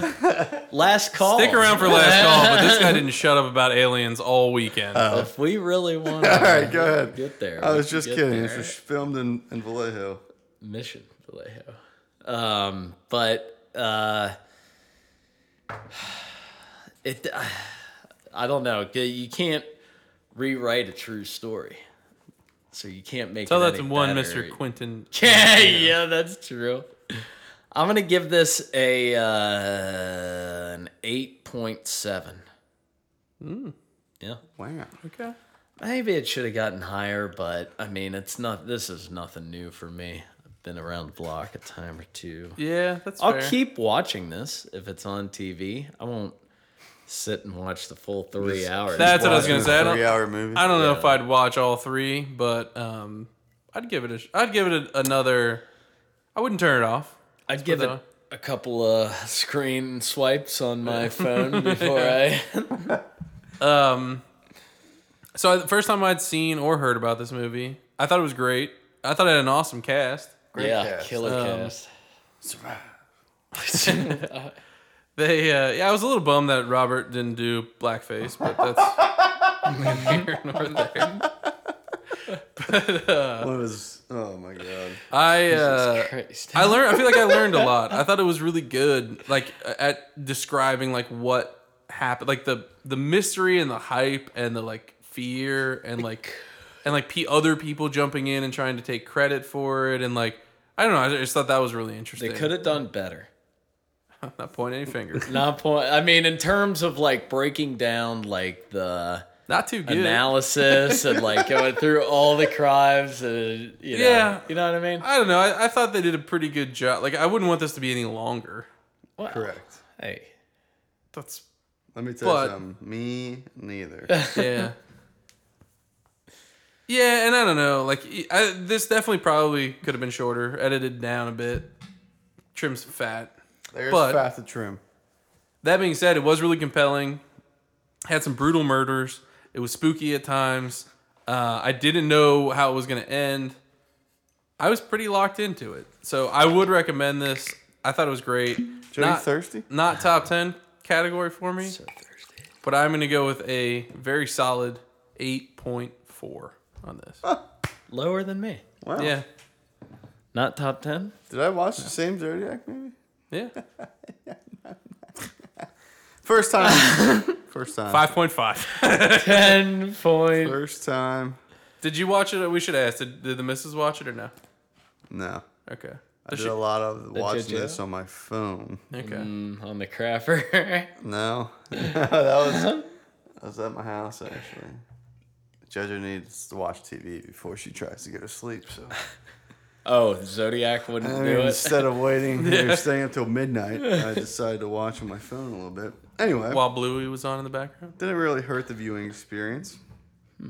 Speaker 1: not, Oh, man?
Speaker 3: last call.
Speaker 1: Stick around for last call, but this guy didn't shut up about aliens all weekend.
Speaker 3: If we really want
Speaker 2: All right,
Speaker 3: to
Speaker 2: go ahead.
Speaker 3: get there,
Speaker 2: I
Speaker 3: we
Speaker 2: was
Speaker 3: can
Speaker 2: just
Speaker 3: get
Speaker 2: kidding. This
Speaker 3: there.
Speaker 2: was filmed in, in Vallejo.
Speaker 3: Mission Vallejo. Um, but uh, it, I don't know. You can't rewrite a true story, so you can't make.
Speaker 1: Tell
Speaker 3: it
Speaker 1: that
Speaker 3: any
Speaker 1: to one
Speaker 3: better.
Speaker 1: Mr. Quentin.
Speaker 3: Yeah, yeah, that's true. I'm gonna give this a uh, an eight point seven. Hmm. Yeah,
Speaker 2: Wow.
Speaker 1: Okay.
Speaker 3: maybe it should have gotten higher, but I mean, it's not. This is nothing new for me. I've been around the block a time or two.
Speaker 1: Yeah, that's
Speaker 3: I'll
Speaker 1: fair.
Speaker 3: keep watching this if it's on TV. I won't sit and watch the full three hours.
Speaker 1: That's what I was
Speaker 2: Watching
Speaker 1: gonna
Speaker 2: a
Speaker 1: say. I don't-
Speaker 2: Three-hour movie.
Speaker 1: I don't know if I'd watch all three, but um, I'd give it a. sh- I'd give it a, another. I wouldn't turn it off.
Speaker 3: I'd give
Speaker 1: put it
Speaker 3: it
Speaker 1: on.
Speaker 3: a couple of screen swipes on my phone before I.
Speaker 1: Um, so I, the first time I'd seen or heard about this movie, I thought it was great. I thought it had an awesome cast.
Speaker 3: yeah,
Speaker 2: cast.
Speaker 3: killer
Speaker 1: Um,
Speaker 3: cast.
Speaker 2: Survive.
Speaker 1: They, uh, yeah, I was a little bummed that Robert didn't do blackface, but that's neither here nor there.
Speaker 2: What was? Oh my god.
Speaker 1: I, uh,
Speaker 3: Christ.
Speaker 1: I learned. I feel like I learned a lot. I thought it was really good, like at describing like what happened, like the the mystery and the hype and the like fear and like and like p- other people jumping in and trying to take credit for it and like I don't know. I just thought that was really interesting.
Speaker 3: they could have done better.
Speaker 1: not point any fingers.
Speaker 3: Not point. I mean, in terms of like breaking down like the
Speaker 1: Not too good.
Speaker 3: analysis and like going through all the crimes and you know,
Speaker 1: Yeah.
Speaker 3: you know what I mean.
Speaker 1: I don't know. I, I thought they did a pretty good job. Like I wouldn't want this to be any longer.
Speaker 3: Well,
Speaker 2: Correct.
Speaker 3: Hey,
Speaker 1: That's
Speaker 2: Let me tell
Speaker 1: But-
Speaker 2: you something. Me neither.
Speaker 1: yeah. Yeah, and I don't know. Like, I, this definitely probably could have been shorter, edited down a bit, trim some fat.
Speaker 2: There's
Speaker 1: But-
Speaker 2: fat to trim.
Speaker 1: That being said, it was really compelling. Had some brutal murders. It was spooky at times. Uh, I didn't know how it was going to end. I was pretty locked into it, so I would recommend this. I thought it was great.
Speaker 2: Joe, you
Speaker 1: Not-
Speaker 2: thirsty?
Speaker 1: Not top ten category for me,
Speaker 3: so thirsty.
Speaker 1: but I'm going to go with a very solid eight point four on this.
Speaker 3: Lower than me.
Speaker 2: Wow.
Speaker 1: Yeah.
Speaker 3: Not top ten.
Speaker 2: Did I watch the same Zodiac movie?
Speaker 1: Yeah.
Speaker 2: First time. First time.
Speaker 1: 5.5.
Speaker 3: Ten point.
Speaker 2: First time.
Speaker 1: did you watch it? We should ask. Did, did the missus watch it or no?
Speaker 2: No.
Speaker 1: Okay.
Speaker 2: I
Speaker 1: Does
Speaker 2: did
Speaker 1: she-
Speaker 2: a lot of watching
Speaker 3: JoJo?
Speaker 2: this on my phone.
Speaker 1: okay.
Speaker 3: Mm, on the crapper.
Speaker 2: No, that was that was at my house actually. JoJo needs to watch TV before she tries to go to sleep. So
Speaker 3: oh, Zodiac wouldn't
Speaker 2: I mean,
Speaker 3: do it.
Speaker 2: instead of waiting or staying up till midnight, I decided to watch on my phone a little bit. Anyway,
Speaker 1: While Bluey was on in the background?
Speaker 2: didn't really hurt the viewing experience.
Speaker 3: Hmm.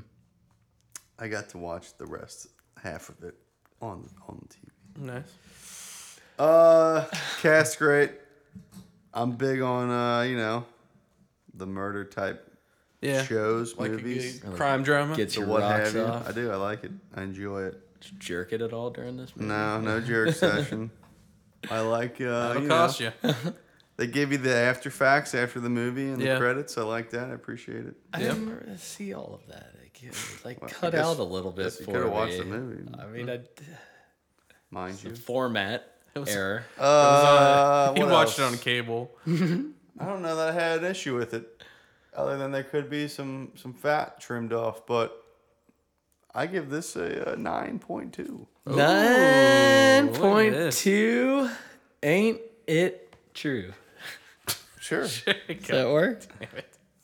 Speaker 2: I got to watch the rest half of it on on TV.
Speaker 1: Nice.
Speaker 2: Uh, cast great. I'm big on uh, you know, the murder type
Speaker 1: Yeah.
Speaker 2: shows,
Speaker 1: Like a
Speaker 2: movies.
Speaker 1: good crime drama.
Speaker 3: Gets
Speaker 2: So
Speaker 3: your
Speaker 2: what
Speaker 3: rocks
Speaker 2: have you?
Speaker 3: off.
Speaker 2: I do. I like it. I enjoy it.
Speaker 3: Jerk it at all during this? Movie?
Speaker 2: No, no jerk session. I like. Uh,
Speaker 1: It'll
Speaker 2: you
Speaker 1: cost
Speaker 2: know,
Speaker 1: you.
Speaker 2: They give you the after facts after the movie and
Speaker 1: Yeah.
Speaker 2: the credits. I like that. I appreciate it.
Speaker 3: I didn't re- see all of that. I get- Like
Speaker 2: I
Speaker 3: cut
Speaker 2: guess-
Speaker 3: out a little bit
Speaker 2: Yes, you
Speaker 3: for
Speaker 2: could have
Speaker 3: me.
Speaker 2: watched the movie,
Speaker 3: I mean, I,
Speaker 2: mind you.
Speaker 3: the format
Speaker 1: was-
Speaker 3: error.
Speaker 2: Uh,
Speaker 1: he
Speaker 2: what
Speaker 1: watched
Speaker 2: else?
Speaker 1: it on cable.
Speaker 2: I don't know that I had an issue with it, other than there could be some some fat trimmed off, but I give this a, uh 9.2.
Speaker 3: Nine
Speaker 1: look at
Speaker 3: point
Speaker 1: this.
Speaker 3: two. Ain't it true?
Speaker 2: Sure.
Speaker 3: Does that work? Does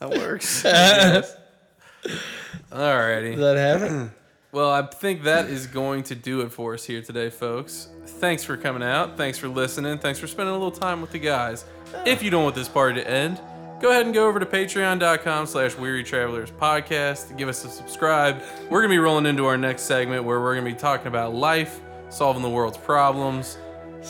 Speaker 2: That works.
Speaker 1: Alrighty.
Speaker 3: that happen?
Speaker 1: Well, I think that is going to do it for us here today, folks. Thanks for coming out. Thanks for listening. Thanks for spending a little time with the guys. If you don't want this party to end, go ahead and go over to patreon.com slash weary travelers podcast. Give us a subscribe. We're going to be rolling into our next segment where we're going to be talking about life, solving the world's problems,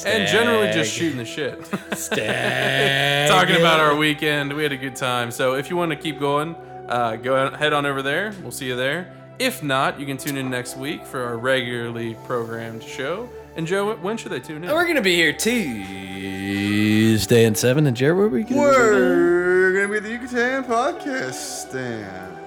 Speaker 1: and generally just
Speaker 3: Stag.
Speaker 1: shooting the shit.
Speaker 3: Stag.
Speaker 1: talking about our weekend. We had a good time. So if you want to keep going, uh, go on- head on over there. We'll see you there. If not, you can tune in next week for our regularly programmed show. And Joe, when should they tune in?
Speaker 3: And we're gonna be here Tuesday and seven. And Jared, where are we? Gonna
Speaker 2: We're going to be the Yucatan Podcast Stand.